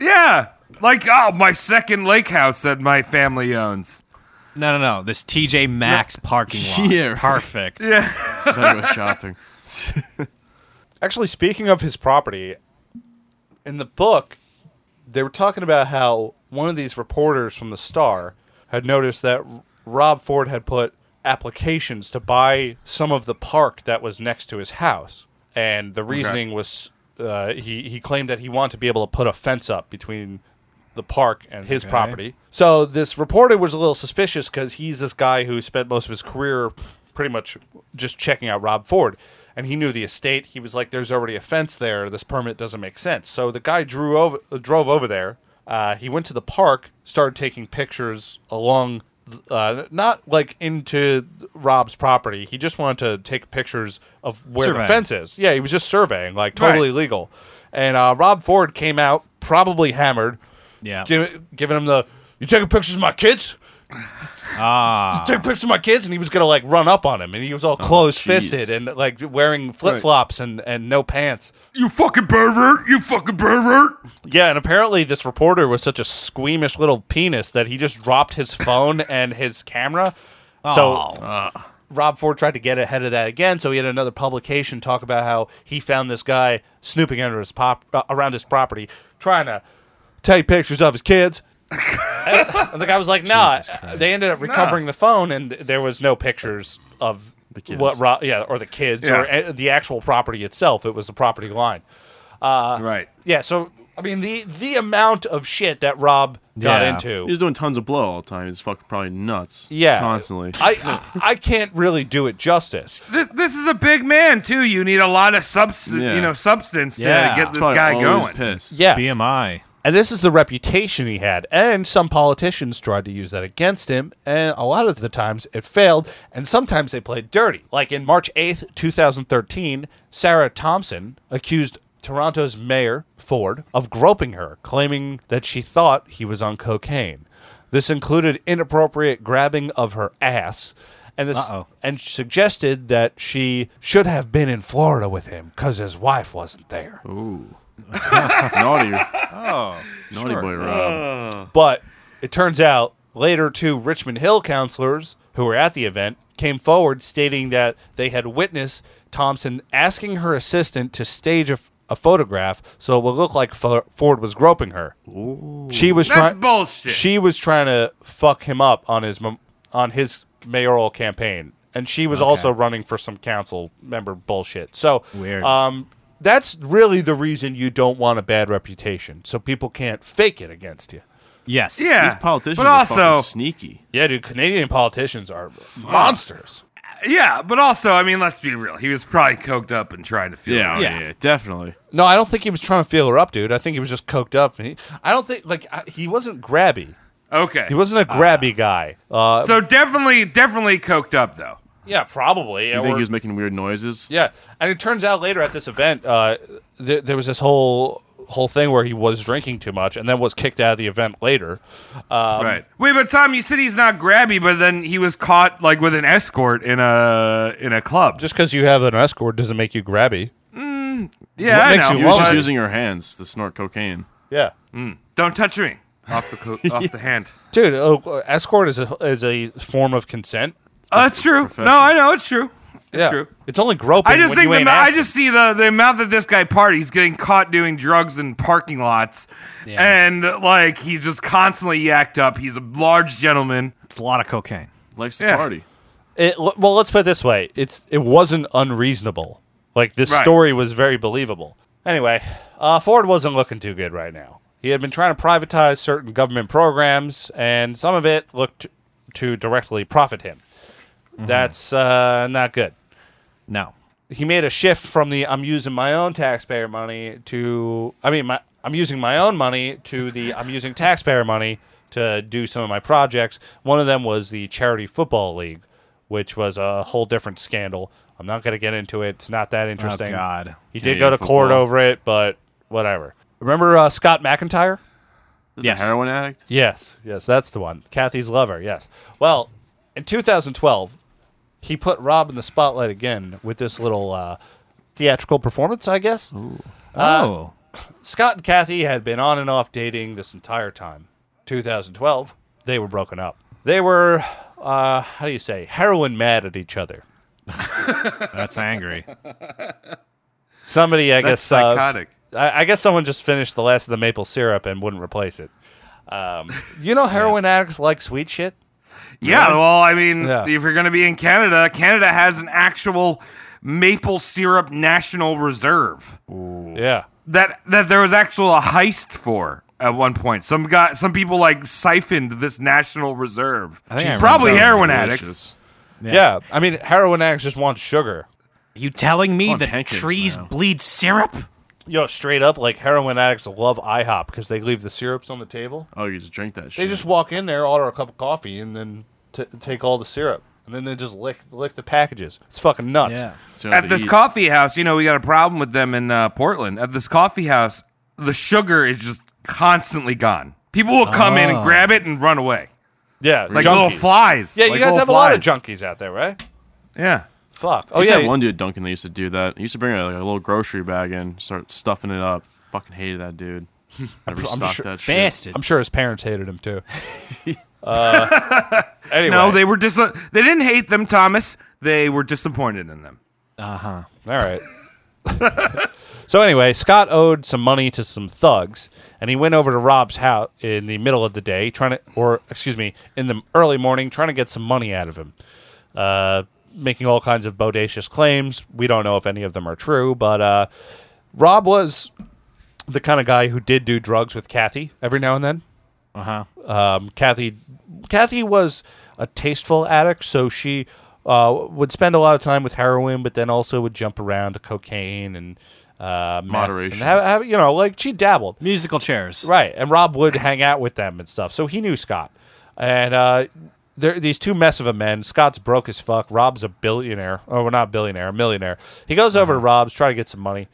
B: Yeah. Like, oh, my second lake house that my family owns.
D: No, no, no. This TJ Maxx parking lot.
B: Yeah, right.
D: Perfect.
B: Yeah.
H: Talking about shopping.
J: Actually, speaking of his property, in the book, they were talking about how one of these reporters from the Star had noticed that R- Rob Ford had put applications to buy some of the park that was next to his house, and the reasoning was uh, he he claimed that he wanted to be able to put a fence up between the park and his
M: Okay.
J: property. So this reporter was a little suspicious because he's this guy who spent most of his career pretty much just checking out Rob Ford. And he knew the estate. He was like, "There's already a fence there. This permit doesn't make sense." So the guy drew over, drove over there. Uh, he went to the park, started taking pictures along, uh, not like into Rob's property. He just wanted to take pictures of where
M: Surveying.
J: the fence is. Yeah, he was just surveying, like totally
M: Right.
J: legal. And uh, Rob Ford came out probably hammered,
D: Yeah.
J: give, giving him the "You taking pictures of my kids?
D: Ah.
J: Take pictures of my kids?" And he was gonna like run up on him, and he was
B: Oh,
J: all closed fisted and like wearing flip flops and and no pants.
B: You fucking pervert! You fucking pervert!
J: Yeah, and apparently this reporter was such a squeamish little penis that he just dropped his phone and his camera. So Rob Ford tried to get ahead of that again, so he had another publication talk about how he found this guy snooping under his pop uh, around his property, trying to take pictures of his kids. and the guy was like, "Nah." They ended up recovering the phone, and th- there was no pictures of the
M: kids.
J: what, Rob, yeah, or the kids, or
M: Yeah.
J: a- the actual property itself. It was the property line. Uh,
B: right.
J: Yeah. So I mean, the the amount of shit that Rob got into.
H: He was doing tons of blow all the time. He's fucking probably nuts.
J: Yeah.
H: Constantly.
J: I I can't really do it justice.
B: This, this is a big man too. You need a lot of substance,
J: Yeah.
B: you know, substance
J: Yeah.
B: to get this
J: Probably
B: guy
J: always
B: going.
J: Yeah.
D: BMI.
J: And this is the reputation he had. And some politicians tried to use that against him. And a lot of the times it failed. And sometimes they played dirty. Like in March 8th, 2013, Sarah Thompson accused Toronto's mayor, Ford, of groping her, claiming that she thought he was on cocaine. This included inappropriate grabbing of her ass. And this
D: Uh-oh.
J: and suggested that she should have been in Florida with him because his wife wasn't there.
H: Ooh. Naughty.
D: Oh.
H: Naughty boy Rob.
J: But it turns out later, two Richmond Hill counselors who were at the event came forward stating that they had witnessed Thompson asking her assistant to stage a, a photograph so it would look like Fo- Ford was groping her. She was
B: That's
J: trying.
B: bullshit.
J: She was trying to fuck him up on his mem- on his mayoral campaign, and she was also running for some council member bullshit. So
D: Weird.
J: Um, that's really the reason you don't want a bad reputation, so people can't fake it against you.
D: Yes.
B: Yeah.
J: These politicians
B: but
J: are
B: also
J: fucking
H: sneaky.
J: Yeah, dude, Canadian politicians are monsters.
B: Yeah, but also, I mean, let's be real. He was probably coked up and trying to feel.
J: Yeah,
B: it.
J: yeah, Yeah.
H: definitely.
J: No, I don't think he was trying to feel her up, dude. I think he was just coked up. He, I don't think like I, he wasn't grabby.
B: Okay.
J: He wasn't a grabby guy. Uh,
B: so definitely, definitely coked up though.
J: yeah, probably.
H: You think
J: or-
H: he was making weird noises?
J: Yeah, and it turns out later at this event, uh, th- there was this whole whole thing where he was drinking too much and then was kicked out of the event later. Um,
B: right. Wait, but Tom, you said he's not grabby, but then he was caught like with an escort in a in a club.
J: Just because you have an escort doesn't make you grabby.
B: Mm, yeah, I know.
H: He was just
B: but-
H: using her hands to snort cocaine.
J: Yeah.
B: Mm. Don't touch me. Off the co- off the hand.
J: oh, Dude, uh, escort is a, is a form of consent.
B: Oh, that's true. No, I know it's true. It's
M: Yeah.
B: true.
M: It's only groping.
B: I just
M: when
B: think
M: you
B: the
M: ain't
B: ma- I
M: asking.
B: just see the the amount that this guy parties, getting caught doing drugs in parking lots, and like he's just constantly yacked up. He's a large gentleman.
D: It's a lot of cocaine.
H: Likes
B: Yeah.
J: It, l- well, let's put it this way: it's it wasn't unreasonable. Like this
M: Right.
J: story was very believable. Anyway, uh, Ford wasn't looking too good right now. He had been trying to privatize certain government programs, and some of it looked to directly profit him. That's uh, not good.
D: No.
J: He made a shift from the I'm using my own taxpayer money to I mean my I'm using my own money to the I'm using taxpayer money to do some of my projects. One of them was the charity football league, which was a whole different scandal. I'm not going to get into it. It's not that interesting.
D: Oh, God.
J: He did
D: Canadian
J: go to court
D: football.
J: over it, but whatever. Remember uh, Scott McIntyre?
D: Yes.
H: Heroin addict?
J: Yes, yes, that's the one. Kathy's lover, yes. Well, in 2012, he put Rob in the spotlight again with this little uh, theatrical performance, I guess.
D: Oh.
J: Scott and Kathy had been on and off dating this entire time. 2012, they were broken up. They were, uh, how do you say, heroin mad at each other. Uh,
D: That's angry.
J: Somebody, I
D: That's
J: guess, uh,
D: psychotic.
J: I, I guess someone just finished the last of the maple syrup and wouldn't replace it. Um, you know, heroin addicts like sweet shit.
B: Yeah,
J: Really?
B: well, I mean,
J: Yeah.
B: if you're going to be in Canada, Canada has an actual maple syrup national reserve.
J: Yeah.
B: That that there was actual a heist for at one point. Some guy, some people like siphoned this national reserve.
J: I think I
B: Probably
J: remember-
B: heroin
J: Sounds
B: addicts.
J: delicious. Yeah. I mean, heroin addicts just want sugar.
D: You telling me
J: that
D: trees bleed syrup?
J: Yo, straight up, like heroin addicts love IHOP because they leave the syrups on the table.
H: Oh, you just drink that
J: They
H: shit.
J: just walk in there, order a cup of coffee, and then t- take all the syrup, and then they just lick lick the packages. It's fucking nuts.
B: At this coffee house, you know, we got a problem with them in uh, Portland. At this coffee house, the sugar is just constantly gone. People will come in
J: Ah.
B: and grab it and run away.
J: Yeah,
B: Like little flies.
J: Yeah,
B: Like
J: you guys
B: little
J: have a lot of
B: flies.
J: junkies out there, right?
B: Yeah.
J: Fuck.
H: Oh,
J: Oh
H: used
J: yeah.
H: yeah. one dude at Dunkin' that used to do that. He used to bring a, like, a little grocery bag in, start stuffing it up. Fucking hated that dude. I restocked that shit.
J: I'm sure his parents hated him too. uh, anyway,
B: No, they were dis- they didn't hate them, Thomas. They were disappointed in them.
J: Uh huh. All right. so anyway, Scott owed some money to some thugs, and he went over to Rob's house in the middle of the day, trying to, or excuse me, in the early morning, trying to get some money out of him, uh, making all kinds of bodacious claims. We don't know if any of them are true, but uh, Rob was the kind of guy who did do drugs with Kathy every now and then. huh.
D: Uh
J: Um, Kathy, Kathy was a tasteful addict, so she uh, would spend a lot of time with heroin, but then also would jump around to cocaine and uh, meth and
D: Moderation.
J: have- have- you know, like she dabbled.
D: Musical chairs,
J: right? And Rob would hang out with them and stuff, so he knew Scott. And uh, there, these two mess of a men. Scott's broke as fuck. Rob's a billionaire, or well, not billionaire, a millionaire. He goes over to Rob's, try to get some money.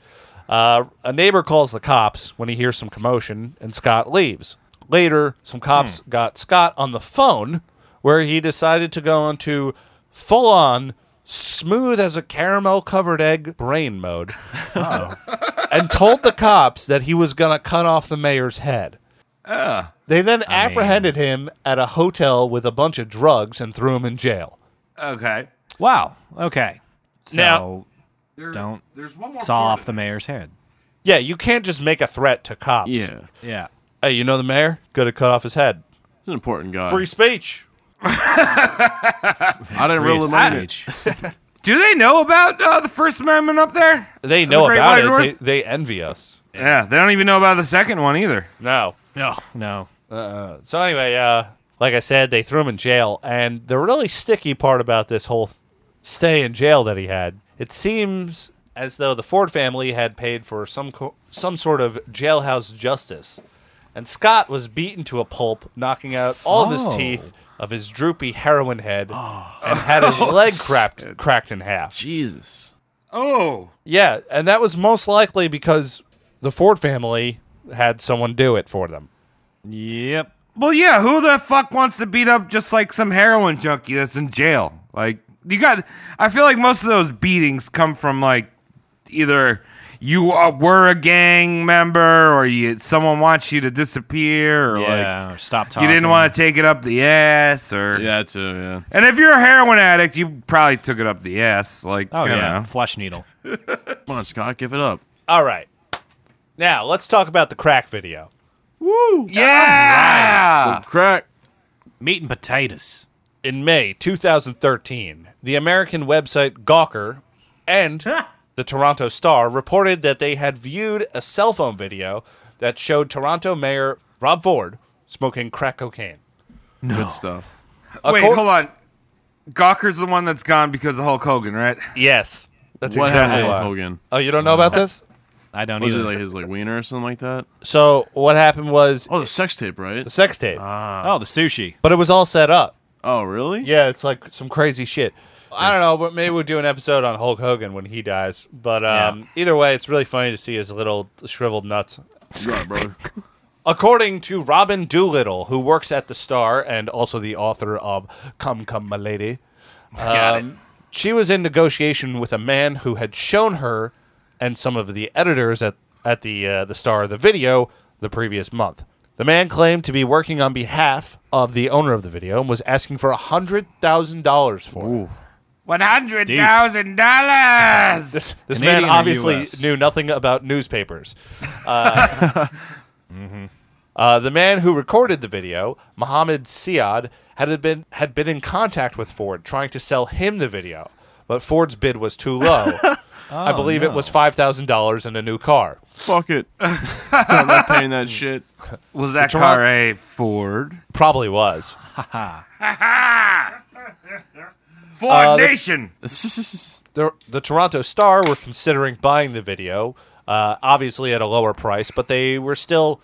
J: Uh, a neighbor calls the cops when he hears some commotion, and Scott leaves. Later, some cops got Scott on the phone, where he decided to go into full on smooth as a caramel covered egg brain mode, and told the cops that he was gonna cut off the mayor's head. They then apprehended him at a hotel with a bunch of drugs and threw him in jail.
B: Okay.
D: Wow. Okay. So
J: Now-
D: don't
B: there's one more
D: saw off the mayor's head.
J: Yeah, you can't just make a threat to cops.
D: Yeah. Yeah.
J: Hey, you know the mayor? Go to cut off his head.
H: It's an important guy.
J: Free speech.
H: I didn't
J: Free
H: really mind it.
B: Do they know about uh, the First Amendment up there?
J: They
B: The
J: know
B: Great
J: about
B: White
J: it.
B: North?
J: They, they envy us.
B: yeah, they don't even know about the second one either.
J: No.
D: No. No.
J: Uh, so anyway, uh, like I said, they threw him in jail, and the really sticky part about this whole stay in jail that he had, it seems as though the Ford family had paid for some co- some sort of jailhouse justice, and Scott was beaten to a pulp, knocking out all of his
D: Oh.
J: teeth of his droopy heroin head, and had his leg cracked cracked in half.
H: Jesus.
B: Oh.
J: Yeah, and that was most likely because the Ford family had someone do it for them.
D: Yep.
B: Well, yeah, who the fuck wants to beat up just like some heroin junkie that's in jail? Like, you got, I feel like most of those beatings come from like either you are, were a gang member, or you someone wants you to disappear, or
D: Yeah,
B: like
D: or stop
B: You didn't
D: talking.
B: want to take it up the ass, or
H: yeah, too, yeah.
B: And if you're a heroin addict, you probably took it up the ass, like
D: Oh,
B: you
D: yeah.
B: know.
D: Flesh needle.
H: Come on, Scott, give it up.
J: All right. Now let's talk about the crack video.
B: Woo! Yeah.
H: Crack.
D: Meat and potatoes.
J: In May 2013, the American website Gawker and the Toronto Star reported that they had viewed a cell phone video that showed Toronto Mayor Rob Ford smoking crack cocaine.
H: Good stuff.
B: Wait,
J: Accor-
B: hold on. Gawker's the one that's gone because of Hulk Hogan, right?
J: Yes,
H: That's What exactly happened to why. Hogan?
J: Oh, you don't know about this?
D: I don't
H: Was it like his like wiener or something like that?
J: So what happened was
H: Oh, Uh. the sex tape, right? The
J: sex tape.
D: oh, the sushi.
J: But it was all set up.
H: Oh, really?
J: Yeah, it's like some crazy shit. I don't know, but maybe we'll do an episode on Hulk Hogan when he dies. But um, either way, it's really funny to see his little shriveled nuts.
H: Yeah, brother.
J: According to Robin Doolittle, who works at the Star and also the author of "Come, Come, My Lady,"
D: Got
J: um, she was in negotiation with a man who had shown her and some of the editors at at the uh, the Star the video the previous month. The man claimed to be working on behalf of the owner of the video and was asking for hundred thousand dollars for it.
B: One hundred thousand dollars.
J: This, this
B: Canadian
J: man
B: or
J: obviously
B: US?
J: knew nothing about newspapers. Uh, uh, the man who recorded the video, Mohammed Siad, had been had been in contact with Ford, trying to sell him the video, but Ford's bid was too low. I
H: Oh,
J: believe it was
H: no.
J: five thousand dollars and a new car.
H: Fuck it. I'm not paying that shit.
B: Was
J: that
B: car a Ford?
J: Probably was.
B: Ford
J: Uh, the-
B: Nation.
J: the, the Toronto Star were considering buying the video, uh, obviously at a lower price, but they were still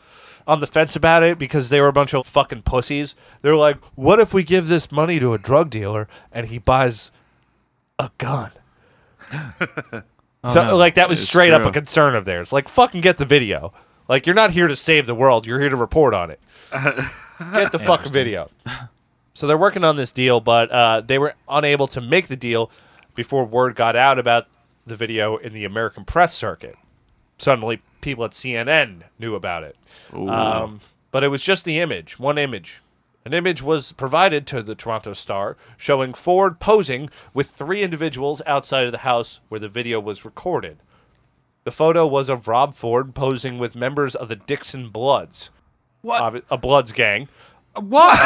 J: on the fence about it because they were a bunch of fucking pussies. They're like, what if we give this money to a drug dealer and he buys a gun? so,
N: Oh, no.
J: like, that was
N: It's
J: straight up
N: true.
J: a concern of theirs. Like, fucking get the video. Like, you're not here to save the world, you're here to report on it. get the fucking
N: Interesting.
J: video. So they're working on this deal, but uh, they were unable to make the deal before word got out about the video in the American press circuit. Suddenly, people at CNN knew about it.
N: Ooh.
J: Um, but it was just the image, one image. An image was provided to the Toronto Star showing Ford posing with three individuals outside of the house where the video was recorded. The photo was of Rob Ford posing with members of the Dixon Bloods.
B: What?
J: Obvi- a Bloods gang.
B: What?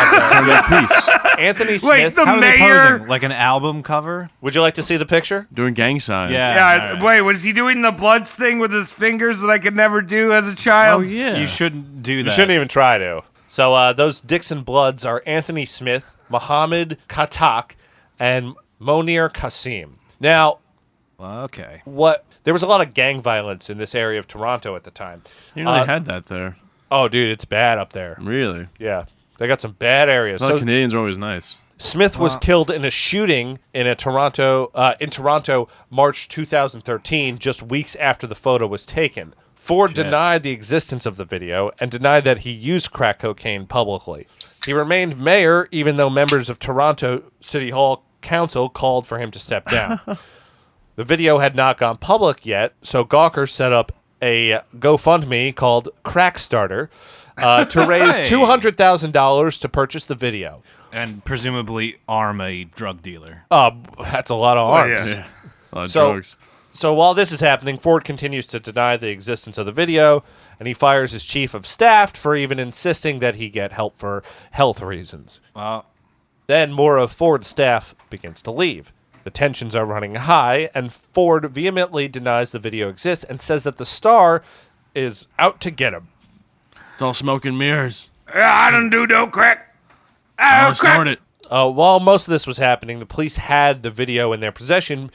J: Anthony Smith.
B: Wait, the
J: How are they
B: mayor.
J: posing?
D: Like an album cover?
J: Would you like to see the picture?
H: Doing gang signs.
B: Yeah, Wait, was he doing the bloods thing with his fingers that I could never do as a child?
D: You shouldn't do
J: You
D: that.
J: shouldn't even try to. So uh, those Dixon Bloods are Anthony Smith, Mohammed Katak, and Monir Kasim. Now,
D: Oh, okay,
J: what? There was a lot of gang violence in this area of Toronto at the time.
H: You know
J: Uh,
H: they had that there.
J: Oh, dude, it's bad up there.
H: Really?
J: Yeah, they got some bad
H: I
J: areas.
H: thought
J: So-
H: Canadians are always nice.
J: Smith was
H: Wow.
J: killed in a shooting in a Toronto uh, in Toronto, March 2013, just weeks after the photo was taken. Ford denied the existence of the video and denied that he used crack cocaine publicly. He remained mayor, even though members of Toronto City Hall Council called for him to step down. the video had not gone public yet, so Gawker set up a GoFundMe called Crackstarter uh, to
D: Hey.
J: raise two hundred thousand dollars to purchase the video.
D: and presumably arm a drug dealer.
J: Uh, that's a lot of
D: Oh,
J: arms.
D: yeah. Yeah. A lot of
J: so,
D: drugs.
J: So while this is happening, Ford continues to deny the existence of the video, and he fires his chief of staff for even insisting that he get help for health reasons.
D: Wow.
J: Then more of Ford's staff begins to leave. The tensions are running high, and Ford vehemently denies the video exists and says that the star is out to get him.
H: It's all smoke and mirrors.
B: I don't do no crack. I don't crack.
H: it.
J: Uh, while most of this was happening, the police had the video in their possession.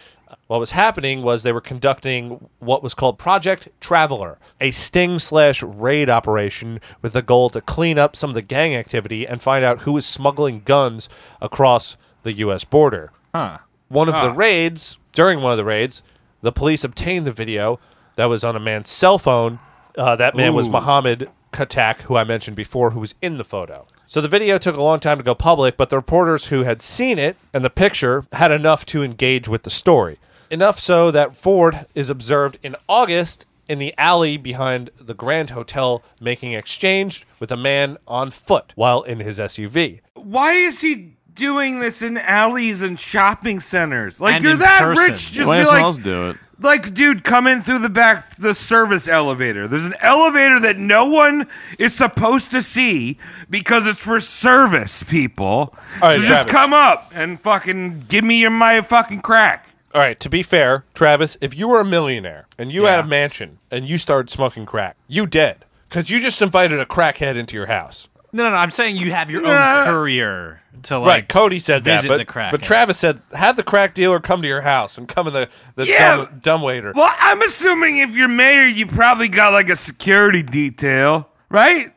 J: What was happening was they were conducting what was called Project Traveler, a sting slash raid operation with the goal to clean up some of the gang activity and find out who was smuggling guns across the U.S. border.
D: Huh.
J: One of the
D: Huh.
J: raids, during one of the raids, the police obtained the video that was on a man's cell phone. Uh, that man was
N: Ooh.
J: Mohammed Katak, who I mentioned before, who was in the photo. So the video took a long time to go public, but the reporters who had seen it and the picture had enough to engage with the story. Enough so that Ford is observed in August in the alley behind the Grand Hotel making exchange with a man on foot while in his SUV.
B: Why is he doing this in alleys and shopping centers? Like
J: And
B: you're
J: in
B: that
J: person.
B: rich, just
H: Why
B: be
H: does
B: like,
H: someone else do it?
B: Like, dude, come in through the back, the service elevator. There's an elevator that no one is supposed to see because it's for service people.
J: All right,
B: so just
J: Travis.
B: come up and fucking give me your my fucking crack.
J: All right, to be fair, Travis, if you were a millionaire and you had a mansion and you started smoking crack, you dead. Because you just invited a crackhead into your house.
D: No, no, no. I'm saying you have your
J: Nah.
D: own courier to like.
J: right, Cody said
D: visit
J: that, but,
D: the crack.
J: but Travis said, have the crack dealer come to your house and come in the, the
B: Yeah.
J: dumb, dumb waiter.
B: Well, I'm assuming if you're mayor, you probably got like a security detail, right?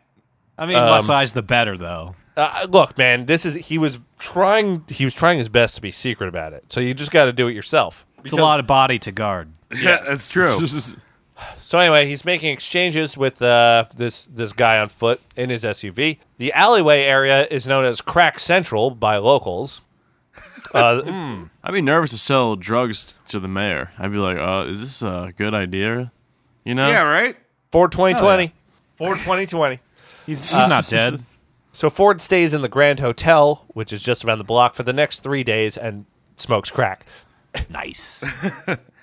D: I mean,
J: Um,
D: less eyes the better, though.
J: Uh, look, man, this is he was trying he was trying his best to be secret about it. So you just got to do it yourself.
D: It's a lot of body to guard.
J: Yeah,
B: that's true.
J: So anyway, he's making exchanges with uh, this this guy on foot in his SUV. The alleyway area is known as Crack Central by locals. Uh,
H: I'd be nervous to sell drugs to the mayor. I'd be like, uh, is this a good idea? You know?
J: Yeah,
B: right?
J: For
D: Oh,
J: 2020. For 2020.
H: He's,
J: Uh, So Ford stays in the Grand Hotel, which is just around the block, for the next three days and smokes crack.
D: Nice.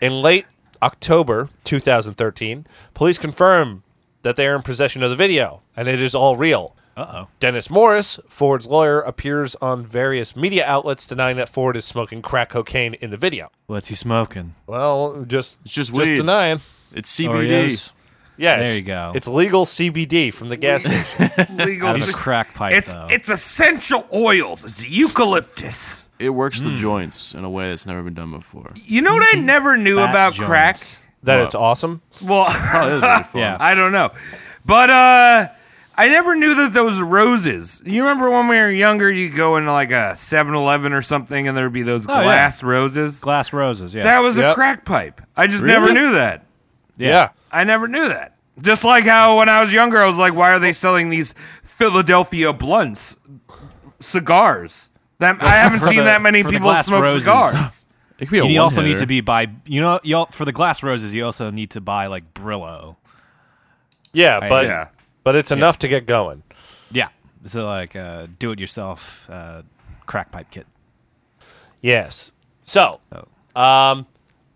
J: in late October 2013, police confirm that they are in possession of the video, and it is all real.
D: Uh oh.
J: Dennis Morris, Ford's lawyer, appears on various media outlets denying that Ford is smoking crack cocaine in the video.
D: What's he smoking?
J: Well, just
H: it's just,
J: just
H: weed.
J: denying.
H: It's
D: Oreos?
H: CBD.
J: Yeah,
D: There
J: it's-
D: you go.
J: It's legal CBD from the gas station.
B: Legal
D: Out of a
B: s-
D: crack pipe,
B: It's
D: though.
B: it's essential oils. It's eucalyptus.
H: It works
D: Hmm.
H: the joints in a way that's never been done before.
B: You know what I never knew
H: Fat
B: about
H: joints.
B: crack?
H: That What? it's
J: awesome.
B: Well,
H: Oh, it is really fun. Yeah.
B: I don't know, but uh, I never knew that those roses. You remember when we were younger, you go into like a 7-Eleven or something, and there'd be those
D: Oh, yeah.
B: glass roses.
D: Glass roses. Yeah.
B: That was a crack pipe. I just never
D: Really?
B: knew that.
D: Yeah. Yeah.
B: I never knew that. Just like how when I was younger, I was like, why are they selling these Philadelphia blunts cigars? That I haven't
D: For
B: seen
D: the-
B: that many
D: for the
B: people
D: glass
B: smoke
D: roses.
B: cigars.
D: you also need to be by you know you for the glass roses you also need to buy like Brillo.
J: yeah,
D: I-
J: but
D: Yeah.
J: but it's enough to get going.
D: Yeah, so like uh, do it yourself uh, crack pipe kit.
J: Yes. So,
D: Oh.
J: um,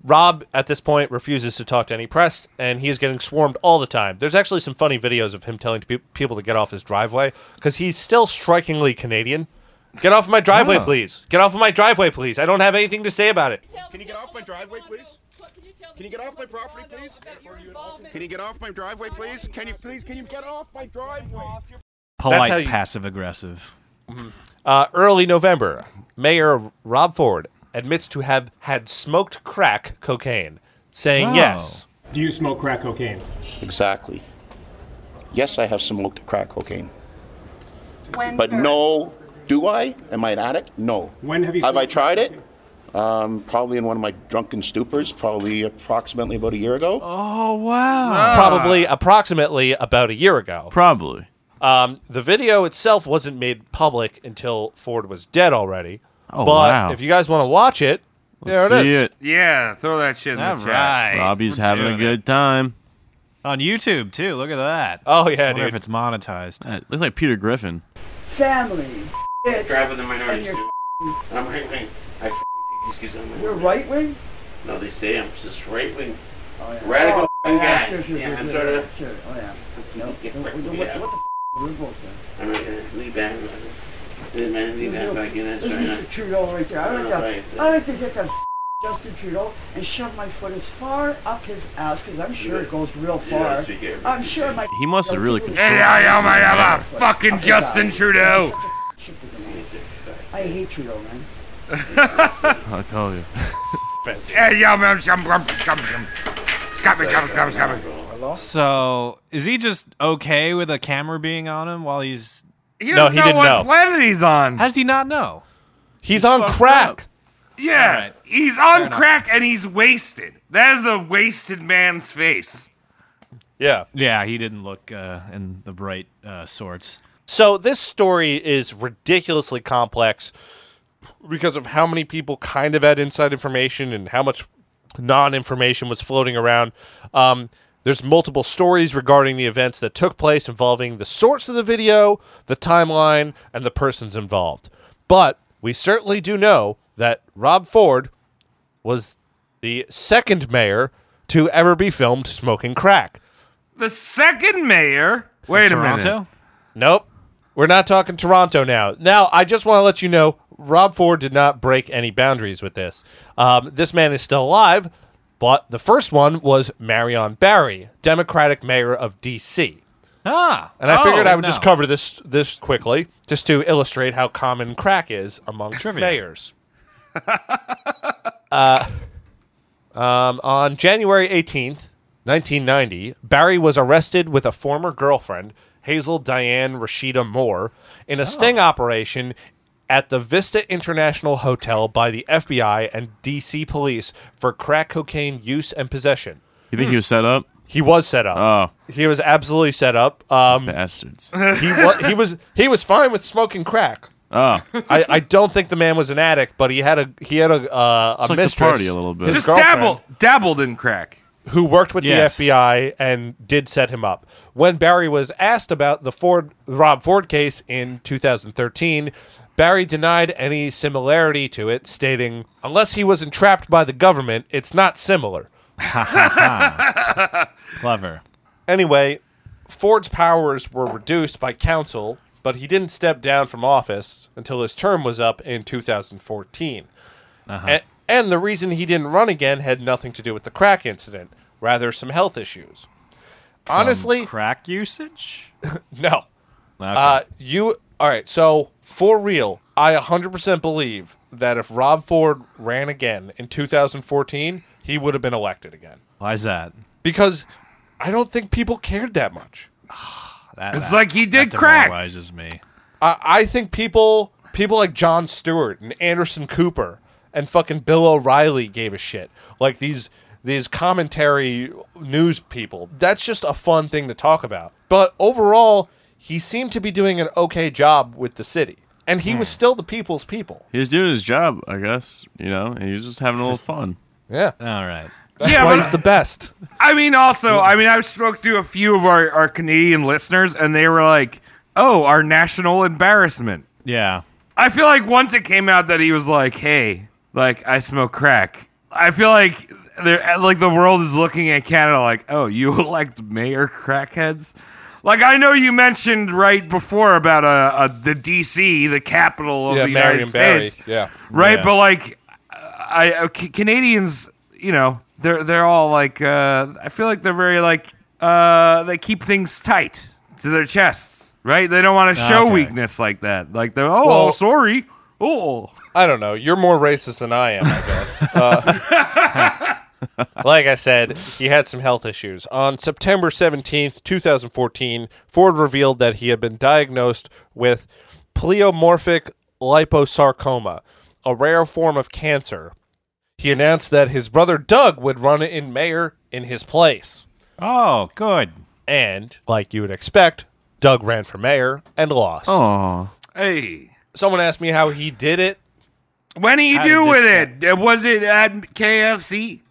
J: Rob at this point refuses to talk to any press, and he is getting swarmed all the time. There's actually some funny videos of him telling pe- people to get off his driveway because he's still strikingly Canadian. Get off my driveway,
O: Oh.
J: please. Get off of my driveway, please. I don't have anything to say about it.
O: Can you get off my driveway, please? Can you get off my property, please? Can you get off my driveway, please? Can you please? Can you get off my driveway?
J: how
D: Polite,
J: you-
D: passive aggressive.
J: Uh, early November, Mayor Rob Ford admits to have had smoked crack cocaine, saying
P: Oh.
J: yes.
P: Do you smoke crack cocaine?
O: Exactly. Yes, I have smoked crack cocaine. But no, do I? Am I an addict? No.
P: When have you
O: Have I
P: smoked
O: tried it? Um, probably in one of my drunken stupors, probably approximately about a year ago.
D: Oh wow.
J: Probably approximately about a year ago.
H: Probably.
J: Um, the video itself wasn't made public until Ford was dead already.
H: Oh,
J: but
H: wow.
J: if you guys want to watch it,
H: Let's
J: there it
H: see
J: is.
H: it.
B: Yeah, throw that shit in
D: All
B: the
D: right.
B: chat.
H: Robbie's having a
D: doing
H: good time.
D: On YouTube too. Look at that.
J: Oh yeah,
D: Wonder
J: dude.
D: if it's monetized.
H: It looks like Peter Griffin.
K: family.
O: Drive with the minorities,
K: And
O: dude. I'm right wing. I f- think these guys are
K: You're
O: minorities.
K: right wing?
O: No, they say I'm just right wing. Radical
K: oh,
O: f***ing
K: yeah,
O: guy.
K: Sure, sure,
O: yeah,
K: sure,
O: I'm
K: sure,
O: sort of.
K: Sure. Oh, yeah. No, what,
O: Yeah.
K: what, what the f- is bullshit?
O: I'm right there. Leave back. Leave back. Leave back. Back in. That's
K: This
O: right.
K: is Mr. Trudeau right there. I
O: No,
K: like
O: right.
K: to, I like to get that f- Justin Trudeau and shove my foot as far up his ass because I'm sure it goes real
O: Yeah,
K: far.
O: that's what you get.
K: I'm sure my.
H: He must have really
K: Hey,
H: controlled.
K: yeah, yeah,
H: this
K: my-
H: man.
K: yeah, my
B: Fucking
K: Up his
B: Justin
K: ass.
B: Trudeau.
K: I hate Trudeau, man.
H: I tell you.
B: Yeah, yeah, man, shum, grum, scum, grum. Scum, scum, scum, scum.
D: So is he just okay with a camera being on him while he's?
B: He No, doesn't he know didn't what know. planet he's on.
D: How does he not know?
J: He's on crack.
B: Yeah,
D: All right.
B: he's on
D: Fair enough.
B: crack and he's wasted. That is a wasted man's face.
J: Yeah.
D: Yeah, he didn't look uh, in the right uh, sorts.
J: So this story is ridiculously complex because of how many people kind of had inside information and how much non information was floating around. Um, there's multiple stories regarding the events that took place involving the source of the video, the timeline, and the persons involved. But we certainly do know that Rob Ford was the second mayor to ever be filmed smoking crack.
B: The second mayor. Wait a minute.
J: Nope. We're not talking Toronto now. Now, I just want to let you know Rob Ford did not break any boundaries with this. Um, this man is still alive, but the first one was Marion Barry, Democratic mayor of D.C.
Q: Ah.
J: And I
Q: oh,
J: figured I would
Q: no.
J: just cover this this quickly, just to illustrate how common crack is among
Q: Trivia.
J: mayors. uh, um, on January 18th, 1990, Barry was arrested with a former girlfriend, Hazel Diane Rashida Moore, in
H: Oh.
J: a sting operation at the Vista International Hotel by the FBI and DC police for crack cocaine use and possession.
H: You think he was set up?
J: He was set up. Oh, he was absolutely set up. Um,
H: Bastards.
J: he was he was he was fine with smoking crack.
H: Oh,
J: I, I don't think the man was an addict, but he had a he had a uh, a
H: It's like the
J: mistress,
H: party a little bit.
J: his
B: Just
J: girlfriend,
B: dabbled, dabbled in crack.
J: who worked with
B: Yes.
J: the FBI and did set him up. When Barry was asked about the Ford Rob Ford case in 2013, Barry denied any similarity to it, stating, "Unless he was entrapped by the government, it's not similar."
Q: Clever.
J: Anyway, Ford's powers were reduced by council, but he didn't step down from office until his term was up in 2014.
Q: Uh-huh.
J: A- and the reason he didn't run again had nothing to do with the crack incident, rather, some health issues. Honestly,
Q: crack usage?
J: no. Uh, you all right? So for real, I 100% believe that if Rob Ford ran again in 2014, he would have been elected again
Q: Why is that?
J: because I don't think people cared that much.
Q: That-
J: It's
Q: that-
J: like he did
Q: that
J: crack.
Q: demoralizes me.
J: I, I think people people like John Stewart and Anderson Cooper and fucking Bill O'Reilly gave a shit. Like these these commentary news people. That's just a fun thing to talk about. But overall, he seemed to be doing an okay job with the city. And he was
B: Hmm.
J: still the people's people.
H: He was doing his job, I guess. You know, and he was just having a little fun.
J: Yeah.
Q: All right.
J: That's
B: Yeah,
J: why
B: but-
J: he's the best.
B: I mean, also, I mean, I've spoke to a few of our, our Canadian listeners, and they were like, "Oh, our national embarrassment."
Q: Yeah.
B: I feel like once it came out that he was like, "Hey, like I smoke crack," I feel like they're like the world is looking at Canada like, "Oh, you elect mayor crackheads." Like I know you mentioned right before about uh, uh the DC, the capital of
J: Yeah,
B: the United
J: Marion Barry.
B: States,
J: Yeah.
B: right.
J: Yeah.
B: But like, I uh, C- Canadians, you know, they're they're all like, uh, I feel like they're very like, uh, they keep things tight to their chests, right? They don't want to
J: Ah,
B: show
J: Okay.
B: weakness like that. Like they're oh
J: Well-
B: sorry, oh
J: I don't know. You're more racist than I am, I guess. Uh, like I said, he had some health issues. On September 17th, 2014, Ford revealed that he had been diagnosed with pleomorphic liposarcoma, a rare form of cancer. He announced that his brother Doug would run in mayor in his place.
Q: Oh, good.
J: And, like you would expect, Doug ran for mayor and lost.
H: Oh,
B: hey.
J: Someone asked me how he did it.
B: When do you
J: How
B: do
J: did
B: with
J: this
B: it? Uh, Was it at KFC?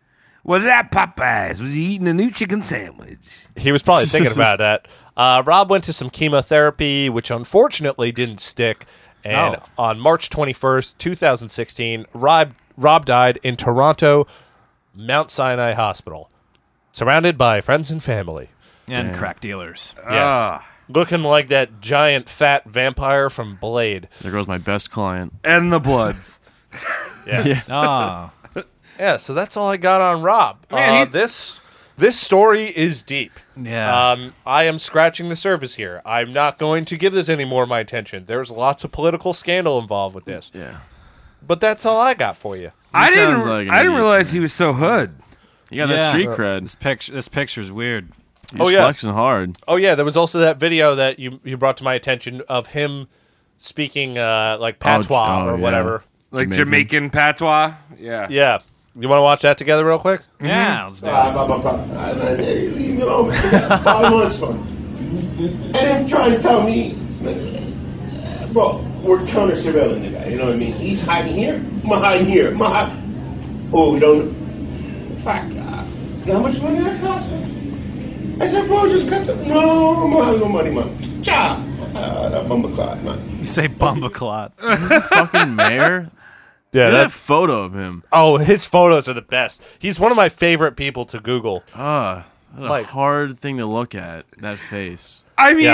B: Was it at Popeyes? Was he eating a new chicken sandwich?
J: He was probably thinking about that. Uh, Rob went to some chemotherapy, which unfortunately didn't stick. And
Q: Oh.
J: on March 21st, 2016, Rob, Rob died in Toronto, Mount Sinai Hospital, surrounded by friends and family.
Q: And crack dealers.
J: Yes. Looking like that giant fat vampire from Blade.
H: there goes my best client.
B: And the Bloods.
J: Yes.
H: Yeah. Ah.
J: yeah, so that's all I got on Rob.
B: Man,
J: Uh, this this story is deep.
Q: Yeah.
J: Um, I am scratching the surface here. I'm not going to give this any more of my attention. There's lots of political scandal involved with this.
H: Yeah.
J: But that's all I got for you.
B: I didn't. I didn't realize he was so hood.
H: Yeah, that street cred.
Q: This picture. This picture's weird.
H: He's flexing hard.
J: Oh yeah, there was also that video that you you brought to my attention of him speaking uh, like patois
H: oh,
J: or
H: yeah.
J: whatever.
B: Like Jamaican, patois. Yeah.
J: Yeah. You want to watch that together real quick?
R: Mm-hmm.
Q: Yeah, let's
J: do
D: You know, five months from And him trying to tell me,
R: uh,
D: bro, we're counter surveilling the guy. You know what I mean? He's hiding here. I'm hiding here. I'm hiding. Oh, we don't.
R: Fuck. Uh, how much money that cost me? I said, bro, just cut some. No, man, no money, man. Cha. Uh, that bumble clot, man.
D: You say Bumba Clot.
H: fucking mayor.
J: Yeah,
H: Look at that
J: that's-
H: photo of him.
J: Oh, his photos are the best. He's one of my favorite people to Google.
H: Ah, what a
J: Like-
H: hard thing to look at. That face.
B: I mean,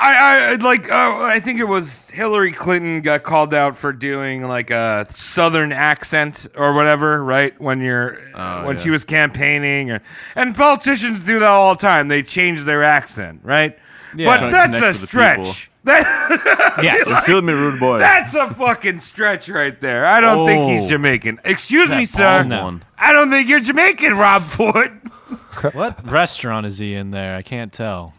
B: I, I like. Uh, I think it was Hillary Clinton got called out for doing like a Southern accent or whatever, right? When you're when
H: yeah.
B: she was campaigning, or, and politicians do that all the time. They change their accent, right?
H: Yeah.
B: but
H: Trying
B: that's a
H: to connect with the
B: stretch. That,
H: Yes.
B: Like,
H: Excuse me, rude boy.
B: That's a fucking stretch right there. I don't think he's
H: Oh.
B: Jamaican. Excuse
H: That
B: me, sir.
H: bald one.
B: I don't think you're Jamaican, Rob Ford.
D: what restaurant is he in there? I can't tell.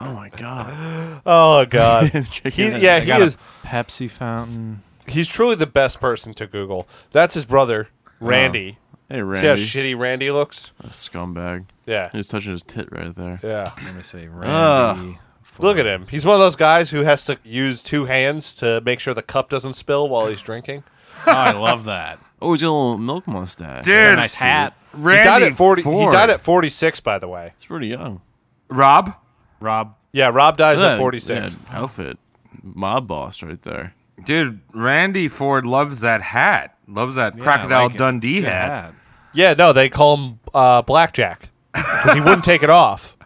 H: Oh my god.
J: Oh God.
D: Chicken
J: he,
D: and-
J: yeah,
D: I
J: he
D: got a
J: is.
D: Pepsi fountain.
J: He's truly the best person to Google. That's his brother, Randy.
H: Hey,
J: See how
H: Randy.
J: shitty Randy looks.
H: A scumbag.
J: Yeah.
H: He was touching his tit right there.
J: Yeah.
D: Let me see.
H: Randy
J: Look at him. He's one of those guys who has to use two hands to make sure the cup doesn't spill while he's drinking.
D: I love that.
H: Oh, he's got a little milk mustache.
J: Dude,
D: nice hat.
J: he died
H: Randy
J: at forty. He
H: Ford.
J: died at forty-six, by the way.
H: It's pretty young.
B: Rob.
D: Rob.
J: Yeah, Rob dies
H: Look
J: at forty-six.
H: that outfit. Mob boss right there.
B: Dude, Randy Ford loves that hat. Loves that Crocodile Dundee hat.
J: Yeah, no, they call him uh, Blackjack because he wouldn't take it off.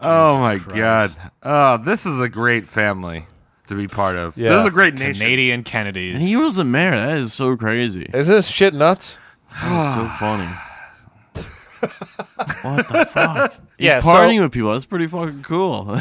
B: Oh my god. Oh, this is a great family to be part of. This is a great nation.
D: Canadian Kennedys.
H: And he was the mayor. That is so crazy.
J: Is this shit nuts?
H: That's so funny. what the fuck? He's
J: Yeah, so-
H: partying with people. That's pretty fucking cool.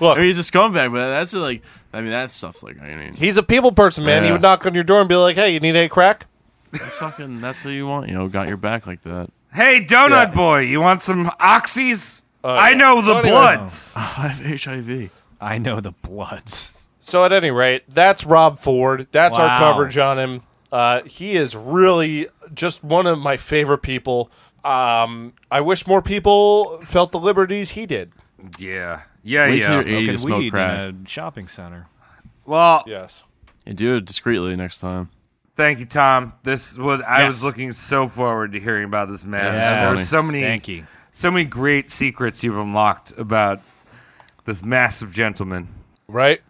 H: I mean, he's a scumbag, but that's like, I mean, that stuff's like, I mean,
J: He's a people person, man. He
H: Yeah.
J: would knock on your door and be like, "Hey, you need any crack?"
H: that's fucking, that's what you want. You know, got your back like that.
B: Hey, Donut Boy, you want some oxys?
D: Uh,
B: I know the
J: So anyway-
B: bloods.
H: I have HIV.
D: I know the Bloods.
J: So at any rate, that's Rob Ford. That's our
D: Wow.
J: coverage on him. Uh, he is really just one of my favorite people. Um, I wish more people felt the liberties he did.
B: Yeah. Yeah,
H: Wait
B: yeah.
H: till you're 80 to
D: Smoking
H: smoke
D: weed
H: crack.
D: in a shopping center.
B: Well,
J: yes.
H: And do it discreetly next time.
B: Thank you, Tom. This was I was
D: Yes.
B: looking so forward to hearing about this man.
D: Yes.
B: There's so
D: Funny.
B: many
D: Thank you.
B: so many great secrets you've unlocked about this massive gentleman.
J: Right?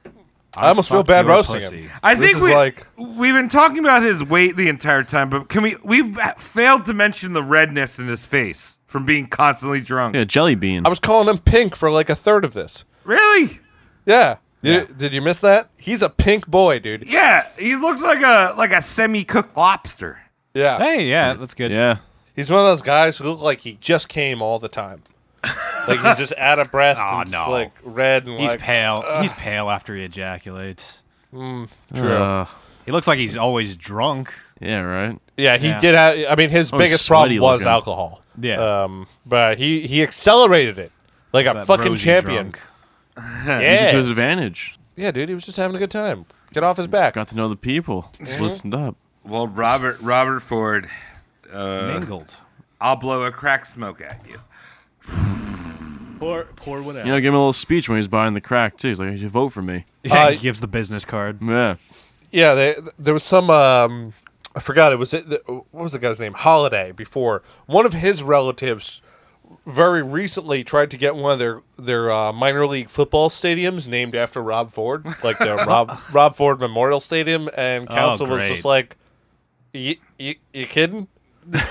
J: I,
D: I
J: almost feel
D: fucked
J: bad
D: your
J: roasting
D: pussy.
J: him.
B: I
J: This
B: think
J: is
B: we
J: like
B: we've been talking about his weight the entire time, but can we we've failed to mention the redness in his face from being constantly drunk.
H: Yeah, jelly bean.
J: I was calling him pink for like a third of this.
B: Really?
J: Yeah. You- Did you miss that? He's a pink boy, dude.
B: Yeah, he looks like a like a semi-cooked lobster.
J: Yeah.
D: Hey, yeah, that's good.
H: yeah.
J: He's one of those guys who look like he just came all the time. like he's just out of breath.
D: Aw,
J: and just
D: no.
J: like red and
D: He's
J: like,
D: pale.
J: ugh.
D: He's pale after he ejaculates.
J: True.
H: Uh,
D: He looks like he's always drunk.
H: yeah, right?
J: Yeah, he
D: Yeah.
J: did. Have, I mean, his
H: Oh, he's
J: biggest problem
H: sweaty
J: was
H: looking.
J: alcohol.
D: Yeah.
J: um, but he he accelerated it like a
D: That
J: fucking
D: rosy
J: champion.
D: drunk.
H: Use it to his
J: Yeah,
H: advantage.
J: yeah, dude, he was just having a good time. Get off his back.
H: Got to know the people.
J: Mm-hmm.
H: Loosened up.
B: Well, Robert Robert Ford, uh,
D: Mingled.
B: I'll blow a crack smoke at you.
D: Pour, pour whatever.
H: You know, give him a little speech when he's buying the crack, too. He's like, you vote for me.
D: Yeah, he
J: Uh,
D: gives the business card.
H: Yeah.
J: Yeah, they, there was some. Um, I forgot it was it. What was the guy's name? Holiday. Before one of his relatives, very recently, tried to get one of their their uh, minor league football stadiums named after Rob Ford, like the Rob Rob Ford Memorial Stadium, and
D: Oh,
J: council was
D: great.
J: just like, "You you you kidding?"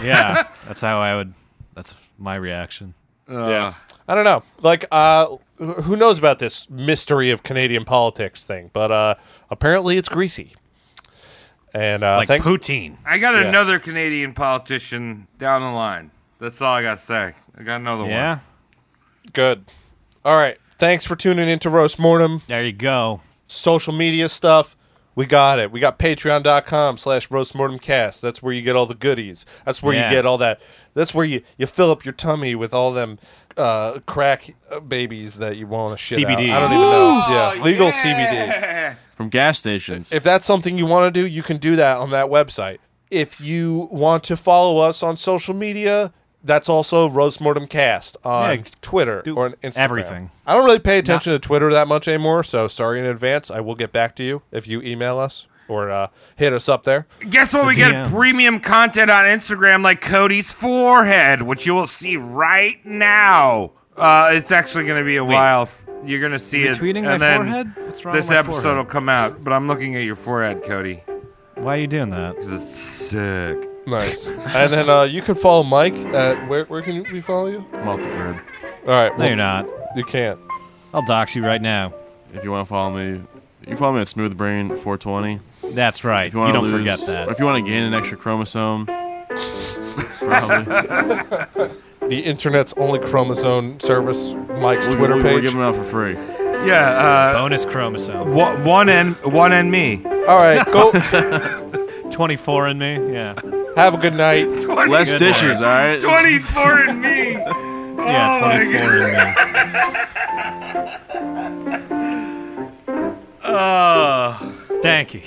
D: Yeah, that's how I would. That's my reaction.
J: yeah. I don't know. Like, uh, wh- who knows about this mystery of Canadian politics thing? But uh, apparently, it's greasy. And uh,
D: Like
J: thank-
D: poutine.
B: I got
J: Yes.
B: another Canadian politician down the line. That's all I got to say. I got another one.
D: Yeah,
J: Good. All right. Thanks for tuning into Roast Mortem.
D: there you go.
J: Social media stuff. We got it. We got patreon.com slash roastmortemcast. That's where you get all the goodies. That's where
D: Yeah.
J: you get all that. That's where you, you fill up your tummy with all them uh, crack uh, babies that you want to shit out.
D: CBD.
J: I don't even know. Yeah, legal CBD.
H: From gas stations.
J: If that's something you want to do, you can do that on that website. If you want to follow us on social media, that's also Rose Mortem Cast on
D: Yeah,
J: Twitter
D: do
J: or on Instagram.
D: everything.
J: I don't really pay attention to Twitter that much anymore, so sorry in advance. I will get back to you if you email us.
M: or uh, hit us up there.
B: Guess what? we get premium content on Instagram, like Cody's forehead, which you will see right now. Uh, it's actually going to be a while. F- You're going to see it, and
D: Retweeting my
B: then
D: forehead? What's wrong
B: this
D: with my
B: episode
D: forehead?
B: will come out. But I'm looking at your forehead, Cody.
D: Why are you doing that?
B: Because it's sick.
M: Nice. and then uh, you can follow Mike at where? Where can we follow you?
H: Multibird.
M: All right.
D: No,
M: well-
D: you're not.
M: You can't.
D: I'll dox you right now.
H: If you want to follow me, you can follow me at smoothbrain420.
D: That's right.
H: If you, wanna
D: You don't
H: lose-
D: forget that.
H: If you want to gain an extra chromosome,
M: The internet's only chromosome service. Mike's
H: We-
M: Twitter
H: we-
M: page.
H: we give 'em out for free.
B: Yeah. Uh,
D: Bonus chromosome.
B: One, one and one and me.
M: All right, go.
D: Twenty-four in me. Yeah.
M: Have a good night.
H: Less dishes, all right?
B: Twenty-four and me.
D: Yeah,
B: Oh my
D: 24 in me.
B: Uh,
D: Ah. Thank you.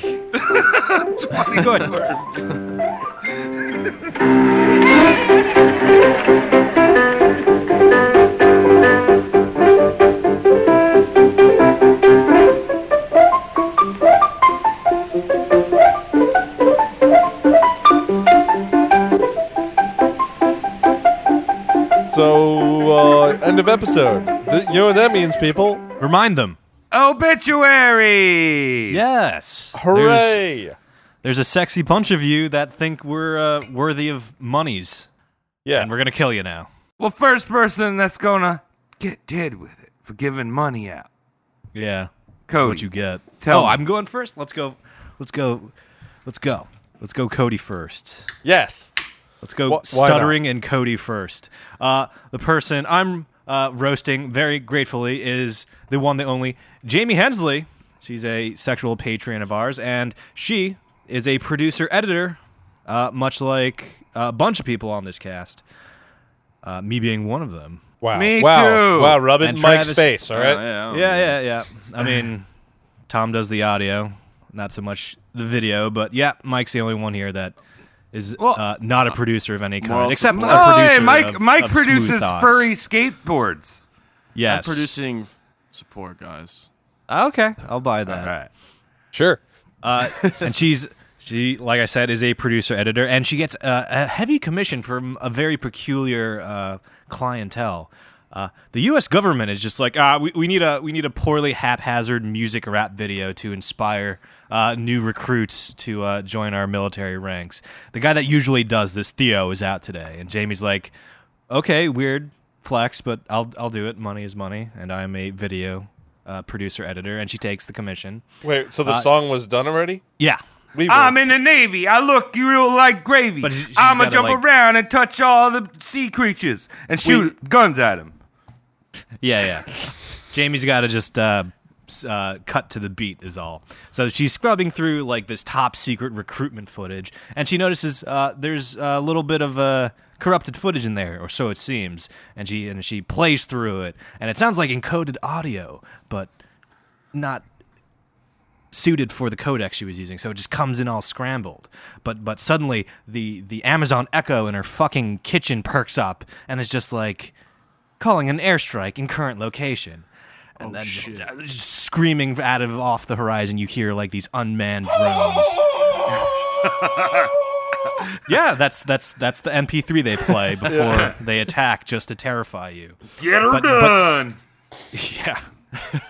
M: So, uh, end of episode. Th- you know what that means, people?
D: Remind them.
B: Obituaries.
D: Yes.
M: Hooray.
D: There's, there's a sexy bunch of you that think we're uh, worthy of monies.
M: Yeah.
D: And we're gonna kill you now.
B: Well, first person that's gonna get dead with it for giving money out.
D: Yeah. That's
B: Cody,
D: what you get.
B: tell
D: oh,
B: me.
D: I'm going first. Let's go. Let's go. Let's go. Let's go, Cody first.
M: Yes.
D: Let's go
M: Wh- why not?
D: stuttering and Cody first. Uh, the person I'm uh, roasting very gratefully is the one, the only Jamie Hensley. She's a sexual patron of ours, and she is a producer editor, uh, much like a bunch of people on this cast. Uh, me being one of them.
M: Wow. Me Wow. too. Wow, rub it in Mike's face,
H: Oh,
M: all right?
D: Oh, yeah,
M: Yeah, yeah,
D: yeah, yeah, I mean, Tom does the audio, not so much the video, but yeah, Mike's the only one here that is uh, not a producer of any kind,
H: moral
D: except a
H: support. Oh, hey,
D: producer.
H: Mike-
D: of-
B: Mike
D: of Smooth
B: produces
D: Thoughts.
B: furry skateboards.
D: Yes.
H: I'm producing support, guys.
D: Okay, I'll buy that.
M: Sure.
D: Uh, and she's she, like I said, is a producer editor, and she gets uh, a heavy commission from a very peculiar uh, clientele. Uh, the U.S. government is just like, ah, we, we need a we need a poorly haphazard music rap video to inspire uh, new recruits to uh, join our military ranks. The guy that usually does this, Theo, is out today, and Jamie's like, okay, weird flex, but I'll I'll do it. Money is money, and I'm a video uh, producer editor, and she takes the commission.
M: Wait, so the
D: Uh, um,
M: song was done already?
D: Yeah.
M: We
B: I'm in the Navy. I look you real like gravy.
D: she's
B: I'ma
D: gotta,
B: jump
D: like-
B: around and touch all the sea creatures and shoot guns at them.
D: Yeah, yeah. Jamie's got to just uh, s- uh, cut to the beat, is all. So she's scrubbing through like this top secret recruitment footage, and she notices uh, there's a little bit of uh, corrupted footage in there, or so it seems. And she and she plays through it, and it sounds like encoded audio, but not suited for the codec she was using, so it just comes in all scrambled. But but suddenly the the Amazon Echo in her fucking kitchen perks up and is just like calling an airstrike in current location.
B: Oh,
D: And then just- uh, just screaming out of off the horizon, you hear like these unmanned drones. yeah, that's that's that's the MP3 they play before
B: Yeah.
D: they attack just to terrify you.
B: Get her
D: But- but-
B: done.
D: yeah.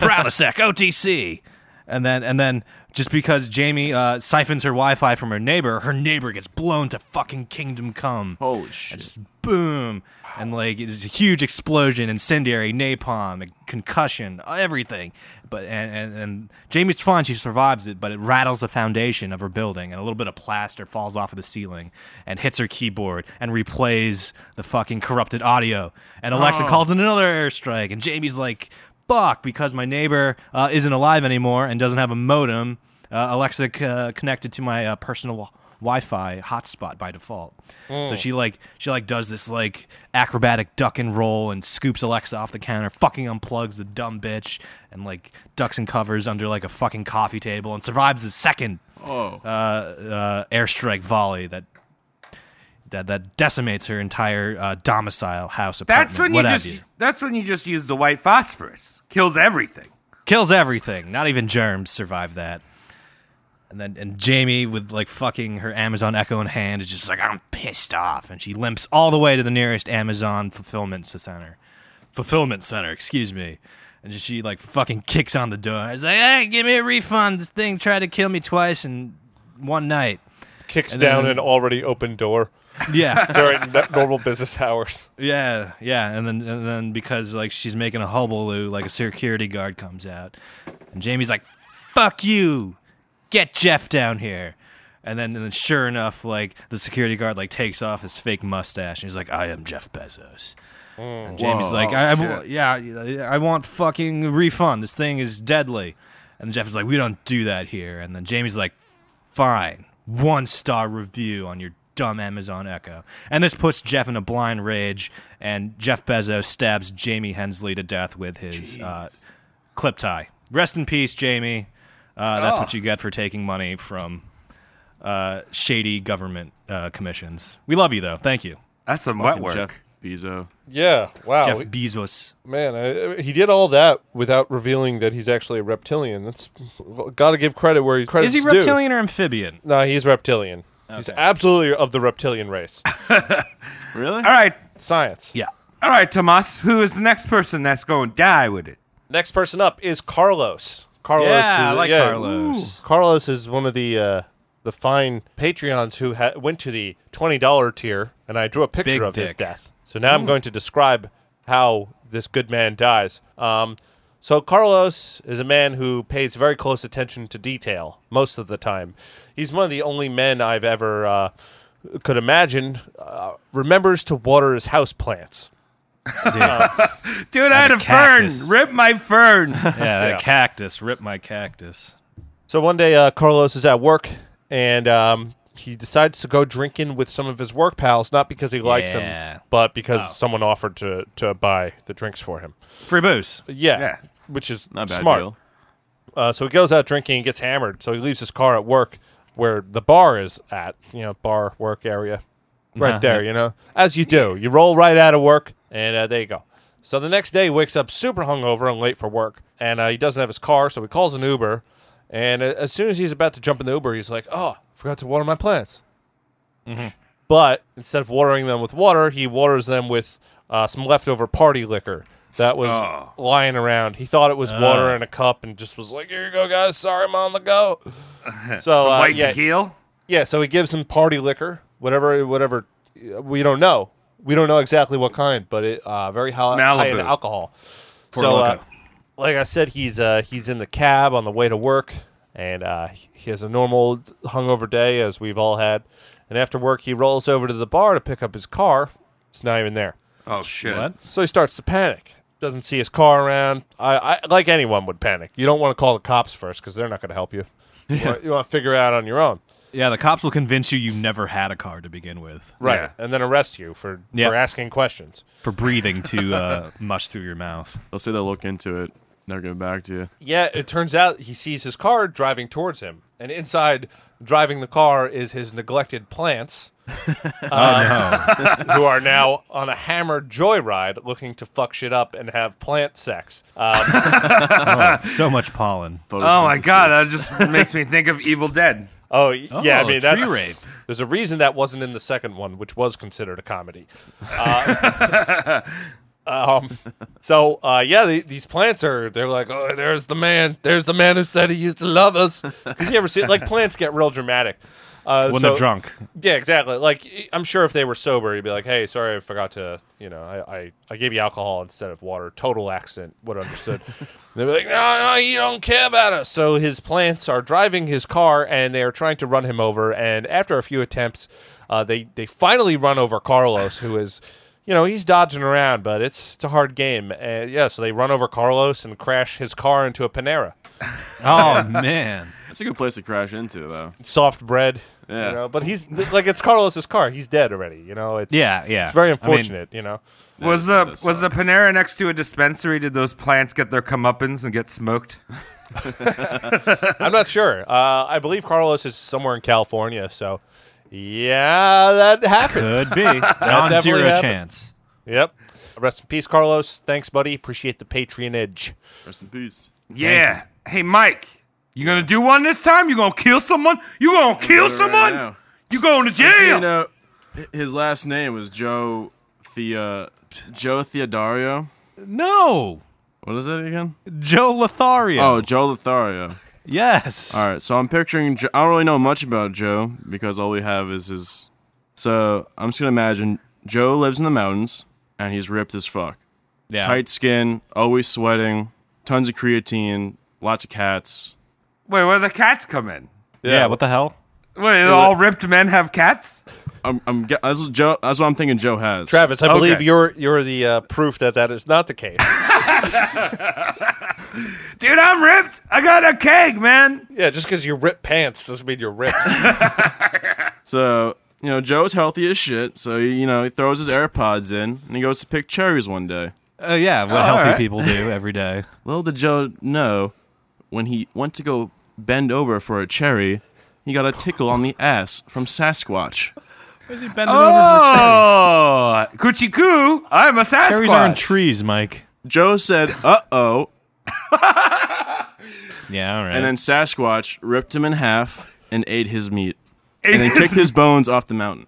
D: Prilosec, OTC. And then and then just because Jamie uh, siphons her Wi-Fi from her neighbor, her neighbor gets blown to fucking kingdom come.
H: Holy shit!
D: just boom, and like it is a huge explosion, incendiary, napalm, concussion, everything. But and and, and Jamie's fine; she survives it, but it rattles the foundation of her building, and a little bit of plaster falls off of the ceiling and hits her keyboard and replays the fucking corrupted audio. And Alexa
S: Oh.
D: calls calls in another airstrike, and Jamie's like, "Fuck!" Because my neighbor uh, isn't alive anymore and doesn't have a modem. Uh, Alexa c- uh, connected to my uh, personal wi- Wi-Fi hotspot by default. So
B: Hmm.
S: Mm.
D: she like she like does this like acrobatic duck and roll and scoops Alexa off the counter, fucking unplugs the dumb bitch, and like ducks and covers under like a fucking coffee table and survives the second
H: Oh.
D: uh, uh, airstrike volley that. That, that decimates her entire uh, domicile, house, apartment,
B: That's when you
D: what have
B: just. That's when you just use the white phosphorus. Kills everything.
D: kills everything. Not even germs survive that. And then and Jamie with like fucking her Amazon Echo in hand is just like I'm pissed off, and she limps all the way to the nearest Amazon fulfillment center, fulfillment center, excuse me, and just, she like fucking kicks on the door. It's like, hey, give me a refund. This thing tried to kill me twice in one night.
J: Kicks
D: And
J: down
D: then-
J: an already open door.
D: Yeah.
J: during no- normal business hours.
D: Yeah, yeah, and then and then because like she's making a hullabaloo, like a security guard comes out, and Jamie's like, "Fuck you, get Jeff down here," and then and then sure enough, like the security guard like takes off his fake mustache and he's like, "I am Jeff Bezos." And Jamie's like, I, I, yeah, I want fucking refund. This thing is deadly. And Jeff is like, we don't do that here. And then Jamie's like, fine, one star review on your dumb Amazon Echo. And this puts Jeff in a blind rage. And Jeff Bezos stabs Jamie Hensley to death with his uh, clip tie. Rest in peace, Jamie. Uh, that's
B: Oh.
J: Ah.
D: what you get for taking money from uh, shady government uh, commissions. We love you, though. Thank you.
B: That's some
J: wet work.
H: Jeff Bezos.
J: Yeah. Wow.
D: Jeff
J: Oh, We-
D: Bezos.
J: Man, I, I- he did all that without revealing that he's actually a reptilian. That's got to give credit where credit's
D: Is he
J: due. Mm.
D: reptilian or amphibian?
J: No, he's reptilian. He's absolutely of the reptilian race.
H: really? All
B: right.
J: Science.
D: Yeah.
B: All right, Tomas, who is the next person that's going to die with it?
J: Next person up is Carlos. Carlos.
B: Yeah,
J: is,
B: I like
J: yeah.
B: Carlos.
J: Ooh. Carlos is one of the uh, the fine Patreons who ha- went to the twenty dollar tier, and I drew a picture
D: Big
J: of his
D: dick.
J: death. So now
B: Hmm.
J: I'm
D: Ooh.
J: going to describe how this good man dies. Um, so Carlos is a man who pays very close attention to detail most of the time. He's one of the only men I've ever uh, could imagine uh, remembers to water his house plants.
B: Dude, I had a fern. Rip my fern.
D: Yeah, that cactus. Rip my cactus.
J: So one day, uh, Carlos is at work, and um, he decides to go drinking with some of his work pals, not because he likes
D: Yeah.
J: them, but because
D: Oh.
J: someone offered to to buy the drinks for him.
D: Free booze.
J: Yeah,
D: Yeah.
J: which is
D: Not a bad
J: smart.
D: deal.
J: Uh, so he goes out drinking and gets hammered. So he leaves his car at work, where the bar is at. You know, bar work area, right
T: Uh-huh.
J: there. You know, as you do, you roll right out of work, and uh, there you go. So the next day, he wakes up super hungover and late for work, and uh, he doesn't have his car, so he calls an Uber. And uh, as soon as he's about to jump in the Uber, he's like, "Oh, forgot to water my plants." But instead of watering them with water, he waters them with uh, some leftover party liquor that was
T: Oh.
J: lying around. He thought it was water
B: Ah.
T: Oh.
J: in a cup and just was like, "Here you go, guys. Sorry, I'm on the go." So
B: Some
J: uh,
B: white
J: yeah,
B: tequila?
J: Yeah. So he gives him party liquor, whatever, whatever. uh, We don't know. We don't know exactly what kind, but it uh, very high, high in
B: Malibu.
J: alcohol.
B: Four
J: so, uh,
B: Loko.
J: like I said, he's uh, he's in the cab on the way to work, and uh, he has a normal hungover day as we've all had. And after work, he rolls over to the bar to pick up his car. It's not even there.
B: Oh, shit.
J: So he starts to panic. Doesn't see his car around. I, I like anyone would panic. You don't want to call the cops first because they're not going to help you. You
D: Yeah.
J: want, you want to figure it out on your own,
D: Yeah, the cops will convince you you never had a car to begin with.
J: right? And then arrest you for
D: Yeah.
J: for asking questions.
D: For breathing too uh, much through your mouth.
H: They'll say they'll look into it. Never get back to you.
J: Yeah, it turns out he sees his car driving towards him, and inside driving the car is his neglected plants, um, who are now on a hammered joyride, looking to fuck shit up and have plant sex. Um,
D: Oh, so much pollen.
B: Oh, my God. That just makes me think of Evil Dead.
J: Oh, y- yeah, I mean that's
B: rape.
J: There's a reason that wasn't in the second one, which was considered a comedy. Uh, um, so uh, yeah, the, these plants are—they're like, oh, there's the man, there's the man who said he used to love us. 'Cause you ever see like plants get real dramatic uh,
D: When they're drunk.
J: Yeah, exactly. Like e, I'm sure if they were sober, you'd be like, hey, sorry, I forgot to, you know, I I, I gave you alcohol instead of water. Total accident. Would have understood. They'd be like, no, no, you don't care about us. So his plants are driving his car, and they are trying to run him over. And after a few attempts, uh, they they finally run over Carlos, who is, you know, he's dodging around, but it's it's a hard game. And yeah, so they run over Carlos and crash his car into a Panera.
D: Oh, man.
H: That's a good place to crash into, though.
J: Soft bread,
H: Yeah.
J: you know, but he's like it's Carlos's car. He's dead already, you know. It's
D: Yeah, yeah.
J: It's very
D: I mean-
J: unfortunate, you know.
B: Was the was the Panera next to a dispensary? Did those plants get their comeuppance and get smoked?
J: I'm not sure. Uh, I believe Carlos is somewhere in California, so yeah, that happened.
D: Could be.
J: That
D: Non-zero
J: definitely happened.
D: chance.
J: Yep. Rest in peace, Carlos. Thanks, buddy. Appreciate the patronage.
H: Rest in peace.
B: Yeah. Hey, Mike, You gonna do one this time? You gonna kill someone? You gonna kill
H: Right
B: someone?
H: now.
B: you going to
H: Just so you
B: jail?
H: know, hi- his last name was Joe Thea Joe Theodario.
D: No.
H: What is it again?
D: Joe Lothario.
H: Oh, Joe Lothario.
D: Yes.
H: All right. So I'm picturing. Jo- I don't really know much about Joe because all we have is his. So I'm just gonna imagine Joe lives in the mountains and he's ripped as fuck.
D: Yeah.
H: Tight skin, always sweating, tons of creatine, lots of cats.
B: Wait, where the cats come in?
D: Yeah. what the hell?
B: Wait, all ripped men have cats?
H: I'm. I'm. ge- That's what Joe. That's what I'm thinking. Joe has.
M: Travis, I believe you're you're the uh, proof that that is not the case.
B: Dude, I'm ripped. I got a keg, man.
M: yeah, just because you rip pants doesn't mean you're ripped.
H: So, you know, Joe's healthy as shit. So, he, you know, he throws his AirPods in and he goes to pick cherries one day.
D: Oh, yeah, what healthy people do every day.
H: Little did Joe know when he went to go bend over for a cherry, he got a tickle on the ass from Sasquatch.
D: Where's he
B: Oh, Coochie Coo, I'm a Sasquatch.
D: Cherries are in trees, Mike.
H: Joe said, uh oh.
D: yeah, all right.
H: And then Sasquatch ripped him in half and ate his meat.
B: Ate
H: and then
B: his-
H: kicked his bones off the mountain.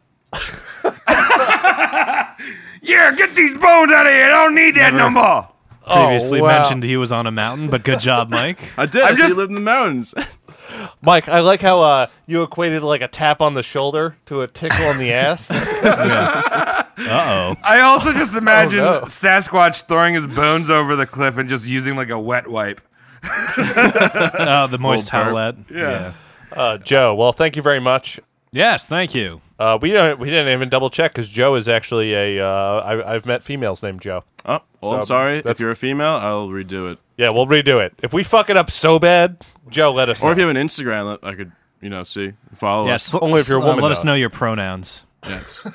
B: Yeah, get these bones out of here. I don't need that no
D: Never-
B: more.
D: Previously
M: Oh, wow.
D: mentioned he was on a mountain, but good job, Mike.
H: I did.
M: I I see just- you
H: live in the mountains.
M: Mike, I like how uh, you equated like a tap on the shoulder to a tickle on the ass.
D: Uh oh.
B: I also just imagine
M: no.
B: Sasquatch throwing his bones over the cliff and just using like a wet wipe.
D: Oh, the moist
M: Little
D: towelette.
B: Yeah.
M: Uh, Joe, well, thank you very much.
D: Yes, thank you.
M: Uh, we don't. We didn't even double check because Joe is actually a. Uh, I, I've met females named Joe.
H: Oh, well, I'm
M: So,
H: sorry. If
M: that's-
H: you're a female, I'll redo it.
M: Yeah, we'll redo it. If we fuck it up so bad, Joe, let us.
H: Or
M: know.
H: if you have an Instagram, I could, you know, see, follow
D: Yes,
H: us.
M: only if you're a
D: uh,
M: woman,
D: let us
M: though.
D: know your pronouns.
H: Yes.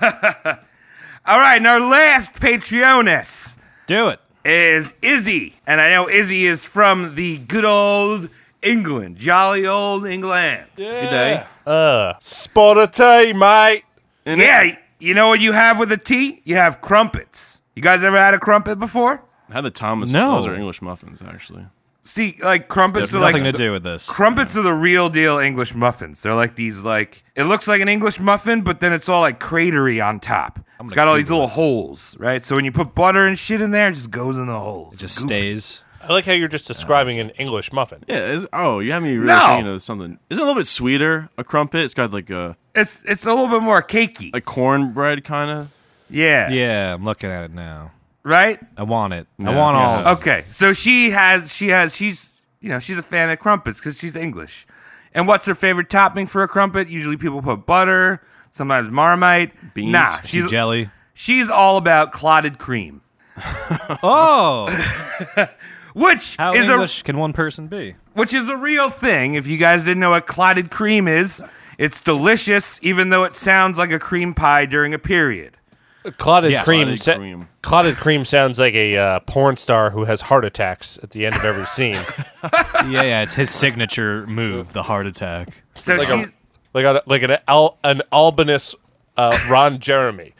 B: All right, and our last Patreoness
D: Do it.
B: is Izzy. And I know Izzy is from the good old England, jolly old England.
M: Good day. Uh, spot a tea, mate.
B: yeah, you know what you have with a tea? You have crumpets. You guys ever had a crumpet before?
H: I had the Thomas.
D: No.
H: Those are English muffins, actually.
B: See, like crumpets
D: It's
B: are
D: nothing
B: like
D: to do with this.
B: Crumpets are the real deal English muffins. They're like these like it looks like an English muffin, but then it's all like cratery on top. It's got all these little holes, right? So when you put butter and shit in there, it just goes in the holes. It
D: just stays.
M: I like how you're just describing an English muffin.
H: Yeah. It's, oh, you have me really
B: No.
H: thinking of something. Isn't it a little bit sweeter? A crumpet. It's got like a
B: It's it's a little bit more cakey.
H: a cornbread kind of.
B: Yeah.
D: Yeah, I'm looking at it now.
B: Right?
D: I want it. I
H: Yeah.
D: want
H: Yeah.
D: all. of it.
B: Okay. So she has she has she's you know, she's a fan of crumpets because she's English. And what's her favorite topping for a crumpet? Usually people put butter, sometimes marmite.
H: Beans,
B: Nah,
D: She's
B: she's
D: jelly.
B: she's all about clotted cream.
D: Oh,
B: Which
D: how
B: is a
D: English can one person be?
B: which is a real thing. If you guys didn't know what clotted cream is, it's delicious, even though it sounds like a cream pie during a period.
M: Clotted
D: Yes.
M: cream.
H: Clotted
M: sa-
H: cream.
M: clotted cream sounds like a uh, porn star who has heart attacks at the end of every scene.
D: yeah, yeah, it's his signature move, the heart attack.
B: So
M: Like a-
B: she's
M: like a, like an Al- an Albanus uh, Ron Jeremy.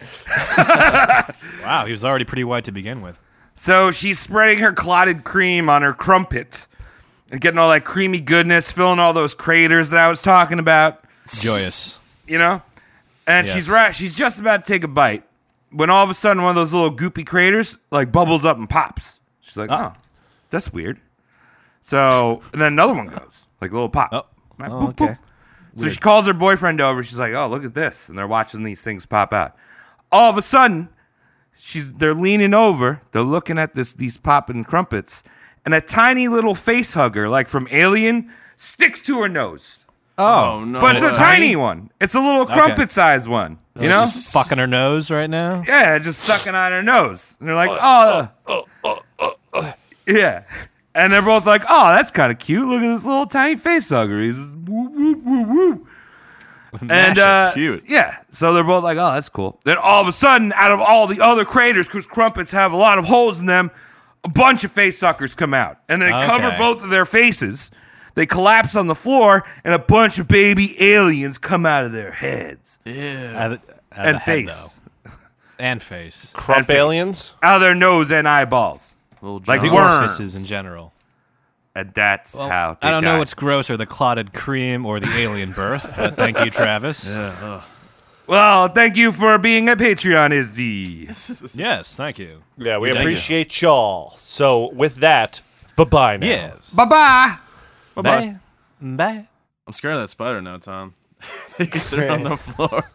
D: Wow, he was already pretty white to begin with.
B: so she's spreading her clotted cream on her crumpet and getting all that creamy goodness, filling all those craters that I was talking about.
D: Joyous.
B: you know? And
D: Yes.
B: she's right. She's just about to take a bite when all of a sudden one of those little goopy craters like bubbles up and pops. She's like,
D: Ah.
B: oh, that's weird. So, and then another one goes, like a little pop. Right,
D: Oh,
B: boop, boop.
D: okay.
B: So she calls her boyfriend over. She's like, oh, look at this. And they're watching these things pop out. All of a sudden, she's they're leaning over. They're looking at this these popping crumpets. And a tiny little face hugger, like from Alien, sticks to her nose.
D: Oh,
H: no.
B: But it's a
D: it's
B: tiny
D: tiny?
B: one. It's a little crumpet sized one. You know?
D: Just fucking her nose right now.
B: yeah, just sucking on her nose. And they're like,
D: Uh,
B: oh. Yeah. And they're both like, oh, that's kind of cute. Look at this little tiny face hugger. He's just woo, woo, woo, woo. And
D: Nash is
B: uh,
H: cute.
B: yeah, so they're both like, oh, that's cool. Then all of a sudden, out of all the other craters, because crumpets have a lot of holes in them, a bunch of face suckers come out. And they cover
D: Okay.
B: both of their faces. They collapse on the floor, and a bunch of baby aliens come out of their heads
D: Out of- out of
B: and
D: the head,
B: face.
D: though. and face,
M: Crump
B: face.
M: aliens.
B: Out of their nose and eyeballs.
H: Little
B: Like
H: John.
B: worms.
D: orifices in general.
B: and that's how they
D: I
B: died.
D: don't know what's grosser, the clotted cream or the alien birth. But thank you, Travis.
B: Well, thank you for being a Patreon, Izzy.
D: yes, thank you.
J: Yeah, we
D: Thank you.
J: appreciate you. all So with that, bye bye now. Yes.
B: Bye bye.
H: Bye bye.
D: Bye.
H: I'm scared of that spider now, Tom. They're on the floor.